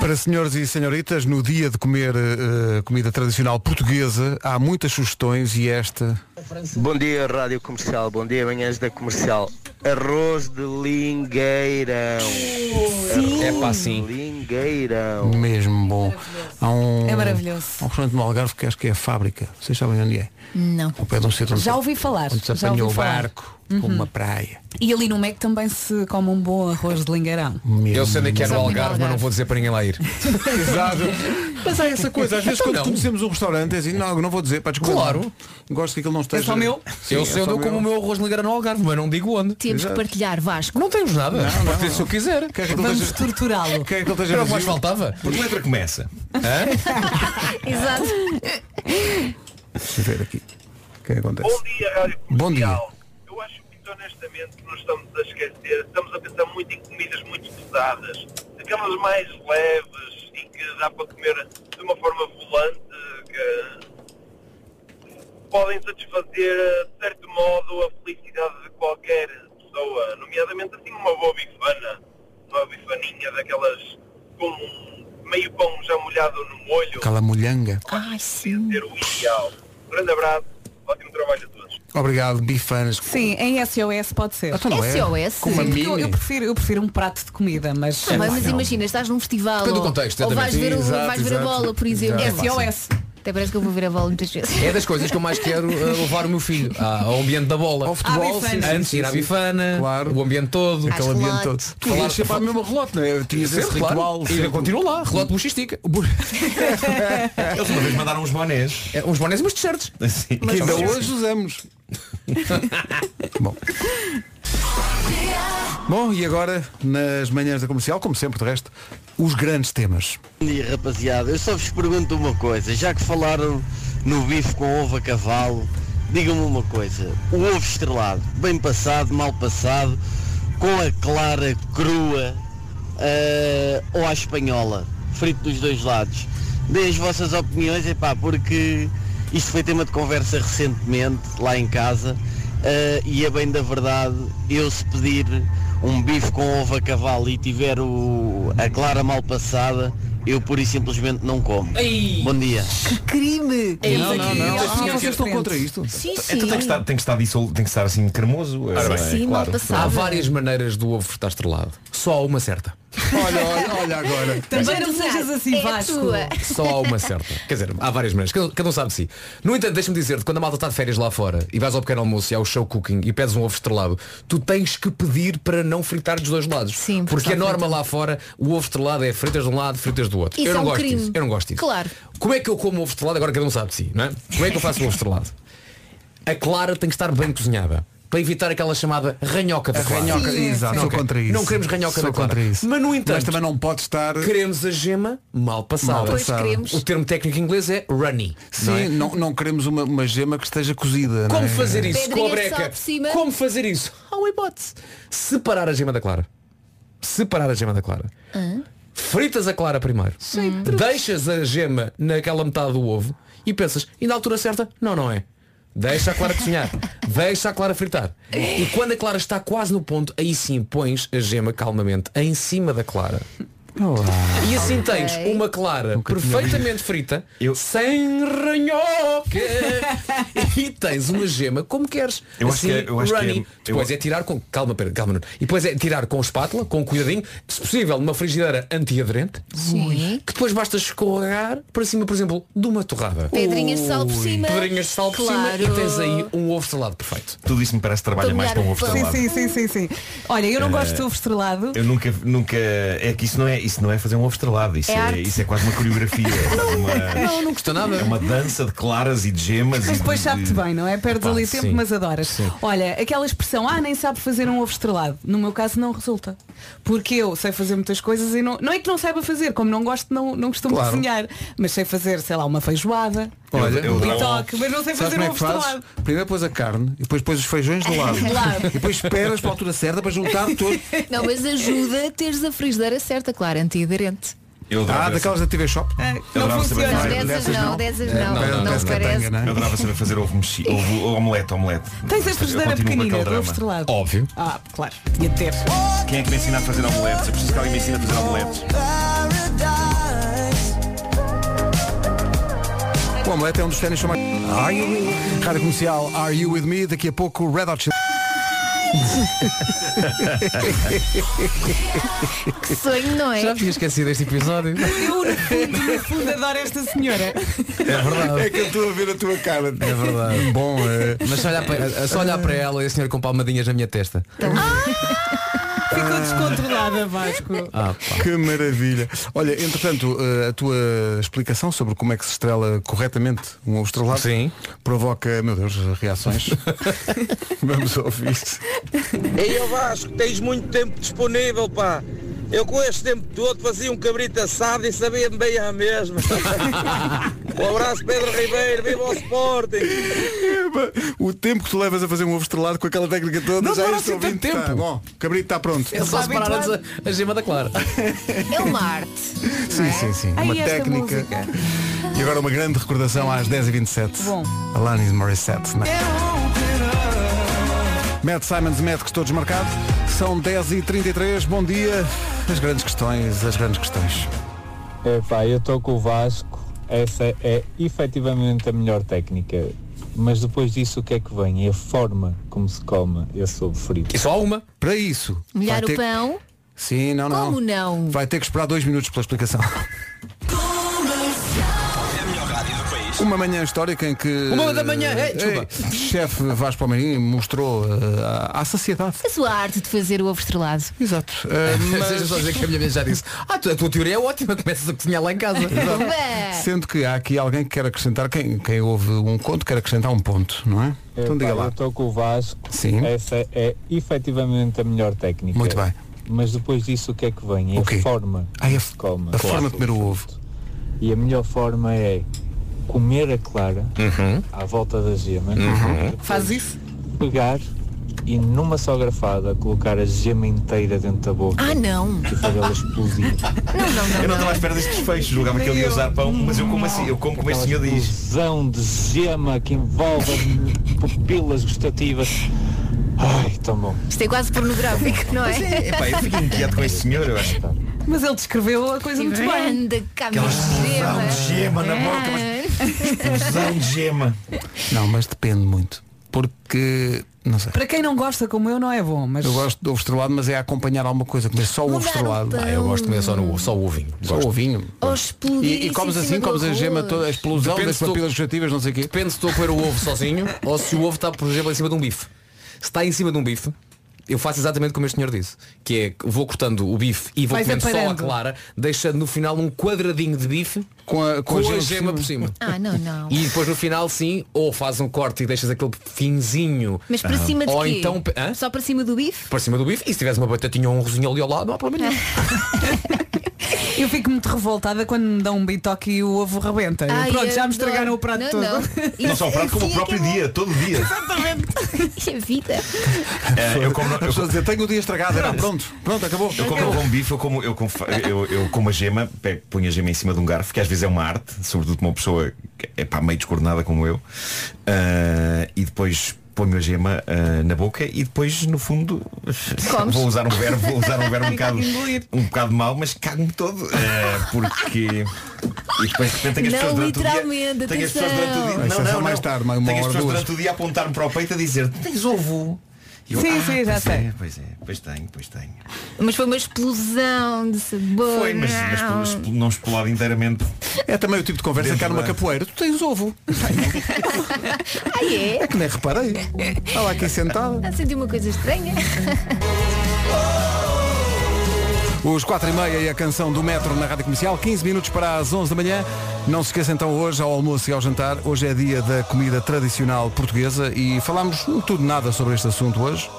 Para senhores e senhoritas, no dia de comer eh, comida tradicional portuguesa, há muitas sugestões e esta
Bom dia, Rádio Comercial. Bom dia, manhãs da Comercial. Arroz de lingueirão.
Sim. É pá, sim.
Lingueirão.
Mesmo bom. Há um,
É maravilhoso.
Há um restaurante no Algarve que acho que é a fábrica. Vocês sabem onde é?
Não.
Ao pé de um sítio onde
Já
se-
ouvi falar.
Onde se
Já ouvi
apanhou o
falar.
barco
Uhum.
com uma praia.
E ali no MEC também se come um bom arroz de lingueirão.
Eu sendo aqui é no
Só no
Algarve, mas não
Algarve.
vou dizer para ninguém lá ir.
Exato. Mas há essa coisa, às vezes
Então
quando
não.
conhecemos um restaurante, é assim, não, eu não vou dizer, para desculpa.
Claro. É
Gosto que aquilo não esteja. é
só meu. Eu sei onde eu como o meu arroz de ligar no Algarve, mas não digo onde.
Temos que partilhar Vasco.
Não temos nada.
Não, não.
Pode ter se eu quiser.
Quer que
aquilo Vamos esteja-
torturá-lo.
Quer
que ele esteja
Era o que mais
vazio?
faltava.
Por que letra começa?
Exato.
Deixa eu ver aqui. O que é que acontece?
Bom dia, Rádio
Bom dia.
Eu acho muito honestamente que nos estamos a esquecer, estamos a pensar muito em comidas muito pesadas, aquelas mais leves e que dá para comer de uma forma volante, que podem satisfazer de certo modo a felicidade de qualquer pessoa, nomeadamente assim uma boa bifana, uma bifaninha daquelas com meio pão já molhado no molho,
Aquela molhanga.
Ai, sim.
ser o ideal. Grande abraço, ótimo trabalho a todos.
Obrigado, bifanas.
Sim, em SOS pode ser.
Então não é. SOS? Com uma
Sim, porque eu,
mini.
eu prefiro, eu prefiro um prato de comida, mas.
Também, mas imagina, estás num festival
Depende do
ou,
contexto,
ou
exatamente.
vais, ver, o-
Exato,
vais ver a
exato.
bola, por exemplo. É
Exato.
SOS.
Até parece que eu vou ver a bola muitas vezes.
É das coisas que eu mais quero eh, levar o meu filho ah, ao ambiente da bola. Ao
futebol, À bifana. sim, sim,
Antes
sim,
ir à
sim.
bifana, o ambiente todo.
Às Aquele ambiente relotes. todo. Tu ias sempre à mesma relote, não é? Tinhas esse ritual
E
sempre.
continuo lá, relote buchística.
Eles uma vez mandaram uns bonés.
É, uns bonés e umas t-shirts.
Que ainda hoje usamos. Bom, e agora, nas manhãs da comercial, como sempre, de resto, os grandes temas.
Bom dia, rapaziada. Eu só vos pergunto uma coisa. Já que falaram no bife com ovo a cavalo, digam-me uma coisa. O ovo estrelado, bem passado, mal passado, com a clara crua eh, ou à espanhola, frito dos dois lados. Deem as vossas opiniões, epá, porque isto foi tema de conversa recentemente lá em casa eh, e a bem da verdade, eu se pedir um bife com ovo a cavalo e tiver o, a clara mal passada, eu pura e simplesmente não como.
Ei!
Bom dia.
Crime!
Não, não, não.
Vocês estão contra isto?
Sim, sim.
Então tem que estar, tem que estar, dissol- tem que estar assim cremoso.
Ora
é,
bem,
é, claro.
Há várias maneiras do ovo estar estrelado. Só há uma certa.
Olha, olha, olha agora.
Também não sejas assim,
É a
Vasco.
tua.
Só há uma certa. Quer dizer, há várias maneiras. Cada, cada um sabe de si. No entanto, deixa-me dizer-te, quando a malta está de férias lá fora e vais ao pequeno almoço e ao show cooking e pedes um ovo estrelado, tu tens que pedir para não fritar dos dois lados. Sim, porque
porque
a norma lá fora, o ovo estrelado é fritas de um lado, fritas do outro.
Isso
eu não
é um
gosto
crime.
disso. Eu não gosto disso.
Claro.
Como é que eu como ovo estrelado? Agora cada um sabe de si, não é? Como é que eu faço o ovo estrelado? A clara tem que estar bem cozinhada. Para evitar aquela chamada ranhoca da
A
clara.
ranhoca,
Sim.
exato,
Não
sou
quero-
contra isso.
Não queremos ranhoca
Sou
da clara.
contra isso.
Mas no
Mas
entanto,
também não pode estar
queremos a gema mal passada.
Mal Pois passada. queremos.
O termo técnico em inglês é runny.
Sim,
não
não,
é?
não, queremos uma, uma gema que esteja cozida.
Como
não é?
fazer isso
Pedrinha
com a
só
breca?
por cima.
Como fazer isso? Há uma hipótese. Separar a gema da clara. Separar a gema da clara. Fritas a clara primeiro. Deixas a gema naquela metade do ovo e pensas, e na altura certa? Não, não é. Deixa a clara cozinhar. Deixa a clara fritar. E quando a clara está quase no ponto, aí sim pões a gema calmamente em cima da clara. E assim
Ok.
tens uma clara perfeitamente frita, sem ranhoca, e tens uma gema como queres.
Eu acho
assim,
que é- eu acho que é-
runny.
eu-
Depois é tirar com. Calma, pera, calma. Nuno. E depois é tirar com espátula, com um cuidadinho, se possível, numa frigideira antiaderente,
Sim.
que depois basta escorregar para cima, por exemplo, de uma torrada.
Pedrinhas de sal por
Ui.
cima.
Pedrinhas de sal por
Claro.
cima e tens aí um ovo salado perfeito.
Tudo isso me parece que trabalha mais um com o ovo
Sim,
estrelado.
sim, sim, sim, sim. Olha, eu não
Eh,
gosto de ovo estrelado.
Eu nunca, nunca. É que isso não é, isso não é fazer um ovo estrelado, isso
É
é,
arte.
isso é quase uma coreografia. é quase uma-
Não, não custa nada.
É uma dança de claras e de gemas.
Mas
e
depois
de-
sabe-te bem, não é? Perdes
Pá,
ali
sim.
tempo, mas adoras.
Sim.
Olha, aquela expressão, ah, nem sabe fazer um ovo estrelado. No meu caso não resulta. Porque eu sei fazer muitas coisas e não, não é que não saiba fazer, como não gosto, não, não costumo
Claro.
cozinhar. Mas sei fazer, sei lá, uma feijoada,
Olha,
um bitoque, mas não sei
Sabe
fazer
como
um
é
ovo
que fazes?
estrelado.
Primeiro pôs a carne, e depois pôs os feijões do lado.
Do lado.
E depois esperas para a altura certa para juntar tudo.
Não, mas ajuda a teres a frigideira certa, claro, antiaderente.
Eu
ah,
adorava essa-
daquelas da TV Shop?
Eu adorava saber
funciona.
fazer-
Não, dessas
dessas
não, dessas não,
Eh,
não
dessas
parece.
tanga, não é? Eu adorava saber fazer ovo mexido, ovo omelete, omelete.
Tens
Eu
a
continuo
frigideira
com aquele
pequenina, do
drama.
ovo estrelado.
Óbvio.
Ah, claro. Ia ter.
Quem é que me ensina a fazer omeletes? Eu preciso que alguém me ensine a fazer omeletes.
O omelete é um dos ténis chamados. Are you Rádio Comercial, Are You With Me? Daqui a pouco, Red Hot Chili.
Que sonho, não é?
Já me tinha esquecido este episódio.
Eu, no fundo, no fundo, adoro esta senhora.
É verdade.
É que eu estou a ver a tua cara. É
verdade.
tipo, Bom, é...
Mas só olhar para, só olhar para ela e a senhora com palmadinhas na minha testa.
Ficou descontrolada, Vasco.
Ah,
Que maravilha. Olha, entretanto, eh, a tua explicação sobre como é que se estrela corretamente um ovo estrelado provoca, meu Deus, reações. Vamos ouvir isso.
Ei, ó Vasco, tens muito tempo disponível, pá. Eu com este tempo todo fazia um cabrito assado e sabia-me bem à mesma. um abraço, Pedro Ribeiro. Viva o Sporting.
Epá, O tempo que tu levas a fazer um ovo estrelado com aquela técnica toda
Não
já
demora
este
assim tanto
ouvinte
tempo.
Tá, bom, cabrito está pronto.
É só separar a, a gema da clara.
É uma arte.
é?
é?
Sim, sim, sim.
Ai,
uma
esta
técnica. é.
música.
E agora uma grande recordação às 10h27.
Bom.
Alanis Morissette. Né? Matt Simons, Matt, que estou desmarcado. São 10h33. Bom dia. As grandes questões, as grandes questões.
Epá, eu estou com o Vasco. Essa é efetivamente a melhor técnica. Mas depois disso o que é que vem? É a forma como se come esse ovo frito.
E só uma?
Para isso.
Molhar
vai ter
o
que-
pão.
Sim, não, não.
Como não?
Vai ter que esperar dois minutos pela explicação. Uma manhã histórica em que.
Uma da manhã,
eh,
ei, desculpa.
eh, Chefe Vasco Palmeirinho mostrou eh, à à saciedade. Eh,
A sua arte de fazer o ovo estrelado.
Exato. Ah,
Mas deixa eu só dizer que a minha mãe já disse Ah, tu- a tua teoria é ótima, começas a cozinhar lá em casa
Exato.
Ué.
Sendo que há aqui alguém que quer acrescentar, quem, quem ouve um conto quer acrescentar um ponto, não é? Então
Epá,
diga
Eu
lá.
estou com o Vasco.
Sim.
Essa é efetivamente a melhor técnica.
Muito bem.
Mas depois disso o que é que vem? É
O quê?
a forma
Ah, é a
como se come.
a forma de comer o ovo.
E a melhor forma é comer a clara
Uhum.
à volta da
Uhum.
gema. depois
Faz isso?
Pegar e numa só grafada colocar a gema inteira dentro da boca
Ah, não.
e fazê-la explodir.
Eu não estava à espera destes desfechos, julgava que ele ia usar pão, mas eu como assim, eu como como este senhor diz.
Explosão de gema que envolve as pupilas gustativas. Ai, tão bom.
Isto é quase pornográfico, não é?
Epá, eu fico inquieto com este senhor, eu acho.
Mas ele descreveu a coisa muito bem.
Grande camiseta.
né?
gema É. na boca,
É.
Fusão de gema.
Não, mas depende muito. Porque, não sei.
Para quem não gosta como eu não é bom, mas
Eu gosto de ovo estrelado, mas é a acompanhar alguma coisa, comer só o ovo
Mudar o
estrelado.
pão. Ah, eu gosto de comer
só no ovo, só o ovinho. Só o ovinho.
Ou
E, e comes assim, comes a gema toda, a explosão
Depende
das
se tu-
papilas gustativas, não sei o quê.
Depende se estou a comer o ovo sozinho Ou se o ovo está, por exemplo, em cima de um bife Se está em cima de um bife eu faço exatamente como este senhor disse, que é que vou cortando o bife e vou
Vais
comendo só a
aparando.
clara, deixando no final um quadradinho de bife
com a,
com a gema, por cima.
Ah, não, não.
E depois no final sim, ou faz um corte e deixas aquele finzinho.
Mas para
Ah.
cima de
Ou
quê?
então pe- hã?
Só para cima do bife?
para cima do bife e se tivesse uma batatinha ou um rosinho ali ao lado, não há problema nenhum.
eu fico muito revoltada quando me dão um bitoque e o ovo rebenta. Eu,
Ai,
Ah, Pronto, já me
adoro.
estragaram o prato
Não,
todo.
não.
Não só o prato, como o próprio dia, todo dia.
E É a vida.
Eh, Eu como,
As
eu,
pessoas dizem, tenho o dia estragado. Era, pronto, pronto, acabou.
Eu como, eu como bife, eu como, eu como, fa- eu, eu como a gema, pego, ponho a gema em cima de um garfo, que às vezes é uma arte, sobretudo uma pessoa que é pá, meio descoordenada como eu, ah, e depois ponho a gema ah, na boca e depois no fundo
Comes.
vou usar um verbo, vou usar um verbo um bocado, um bocado mau, mas cago-me todo. ah, porque. E depois de repente tenho as
Não,
pessoas durante o
literalmente,
dia. Tenho as pessoas durante o dia.
atenção.
Isso é
Não,
só
não,
mais
não.
tarde, uma
Tenho
hora,
as pessoas
duas.
durante o dia a apontar-me para o peito a dizer, "Tu tens ovo. E eu,
Sim, sim, já
pois
sei.
É, pois é, pois tenho, pois tenho.
Mas foi uma explosão de sabor.
Foi, mas, mas
não.
expl- expl- não explode inteiramente.
É também o tipo de conversa
Dentro
cá numa
da-
capoeira. Tu tens ovo.
Ah, é?
É que nem reparei. Está lá aqui sentada.
Ah, senti uma coisa estranha.
Os 4 e meia e a canção do Metro na Rádio Comercial, 15 minutos para as 11 da manhã. Não se esqueça então hoje ao almoço e ao jantar. Hoje é dia da comida tradicional portuguesa e falámos no tudo nada sobre este assunto hoje.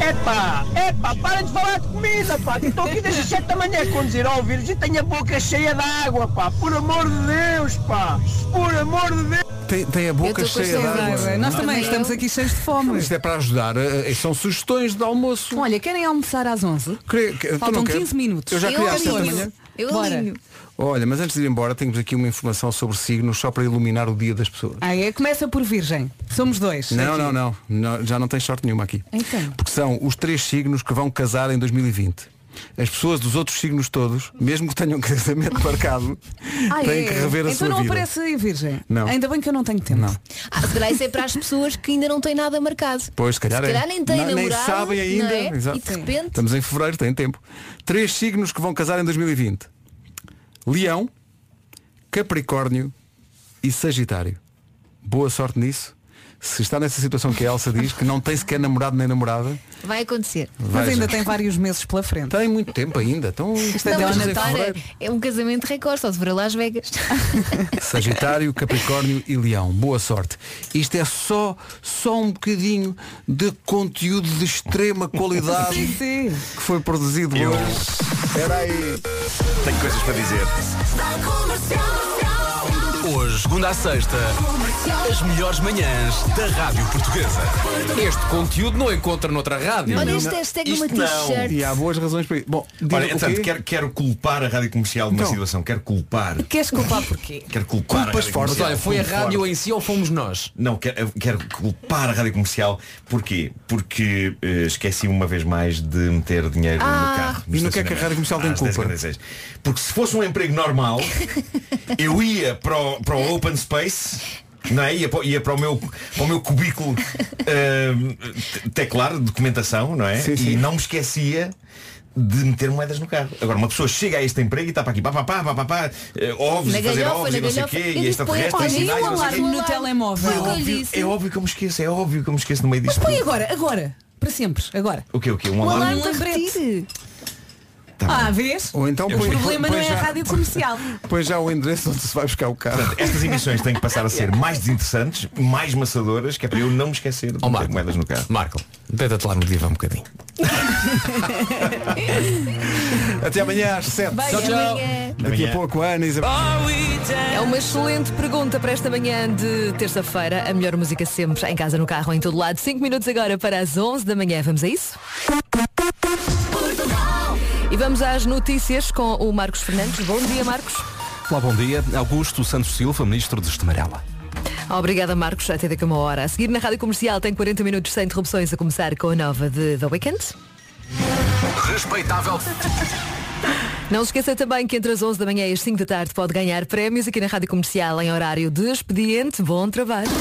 é-
Epá, epá, para de falar de comida, pá. que Estou aqui desde as 7 da manhã a conduzir ao vírus e tenho a boca cheia de água, pá. Por amor de Deus, pá. Por amor de Deus.
Tem, tem a boca
Eu estou com
cheia de
saudade.
água.
Nós
Também
também
eu.
estamos aqui cheios de fome.
Isto é para ajudar. eh, eh, São sugestões de almoço.
Olha, querem almoçar às 11?
Creio que- tu
Faltam
não queres?
15 minutos.
Eu já
Eu
queria às
alinho.
7 da manhã.
Eu
Bora.
alinho.
Olha, mas antes de ir embora, temos aqui uma informação sobre signos só para iluminar o dia das pessoas.
Ah, é? Começa por virgem. Somos dois.
Não,
é Aqui.
não, não, não. Já não tens sorte nenhuma aqui.
Então.
Porque são os três signos que vão casar em 2020. As pessoas dos outros signos todos, mesmo que tenham casamento marcado,
Ah,
têm
é?
que rever a
então
sua
não
vida.
aparece aí virgem.
Não.
Ainda bem que eu não tenho tempo.
Ah, poderá isso é para as pessoas que ainda não têm nada marcado.
Pois, se calhar,
Se calhar
é.
nem têm
Não- nem
namorado,
sabem
não
ainda.
é?
Exato.
E de repente-
Estamos em fevereiro, tem tempo. Três signos que vão casar em 2020: Leão, Capricórnio e Sagitário. Boa sorte nisso. Se está nessa situação que a Elsa diz, que não tem sequer namorado nem namorada,
Vai acontecer.
Vai,
Mas ainda
gente.
tem vários meses pela frente.
tem muito tempo ainda. Então,
Não,
estamos
mas
em
repara,
fevereiro.
é um casamento recorde, só se for a Las Vegas.
Sagitário, Capricórnio e Leão. Boa sorte. Isto é só, só um bocadinho de conteúdo de extrema qualidade
Sim, sim.
que foi produzido
Eu-
hoje. Espera aí.
Tenho coisas para dizer.
Hoje, segunda à sexta, as melhores manhãs da Rádio Portuguesa.
Este conteúdo não encontra noutra rádio.
Olha este hashtag numa t-shirt.
E há boas razões para isso. Bom, diz
Olha,
o
entretanto,
quê?
quero, quero culpar a Rádio Comercial de uma
Então.
situação. Quero culpar.
Queres culpar porquê?
Quero culpar
Culpas
a Rádio
fortes.
Comercial.
Olha, foi a
Culpo
rádio
forte.
em si ou fomos nós?
Não, quero, eu quero culpar a Rádio Comercial. Porquê? Porque eh, esqueci uma vez mais de meter dinheiro
Ah.
no carro.
E no que é que a Rádio Comercial tem culpa?
10h46. Porque se fosse um emprego normal, eu ia para o, para o open space. Não é? ia, para, o- ia para o meu, para o meu cubículo ehm, te- teclar, documentação, não é?
Sim, sim.
E não me esquecia de meter moedas no carro. Agora, uma pessoa chega a este emprego e está para aqui, pá, pá, pá, pá, pá, pá eh, ovos,
Na
e fazer
galhofa,
ovos,
na
e não sei o
galhofa.
quê,
Eu
e
disse, põe-
extraterrestres,
olha,
e
e
sinais,
um
não sei o quê.
alarme no telemóvel.
É óbvio, é óbvio que eu me esqueço, é óbvio que eu me esqueço no meio
Mas
disto.
põe
tudo.
agora, agora. Para sempre, agora.
O quê, o quê? Um
Um
alarme?
alarme de lembrete. Ah, vês?
Tá Ou então
o
põe-
problema
põe
não é a
já-
rádio comercial.
Pois já o endereço onde se vai buscar o carro.
Portanto, estas emissões têm que passar a ser mais desinteressantes, mais maçadoras, que é para eu não me esquecer de meter moedas no carro.
Marco, tenta-te lá no divã um bocadinho.
É
Até amanhã às 7.
Bem, amanhã.
Daqui a pouco, a Ana Isabel.
É uma excelente pergunta para esta manhã de terça-feira. A melhor música sempre, em casa, no carro, em todo lado. 5 minutos agora para as 11 da manhã. Vamos a isso? E vamos às notícias com o Marcos Fernandes. Bom dia, Marcos.
Olá, bom dia. Augusto Santos Silva, ministro de Estamarela.
Obrigada, Marcos. Até daqui a uma hora. A seguir na Rádio Comercial tem 40 minutos sem interrupções a começar com a nova de The Weekend.
Respeitável.
Não se esqueça também que entre as 11 da manhã e as 5 da tarde pode ganhar prémios aqui na Rádio Comercial em horário de expediente. Bom trabalho.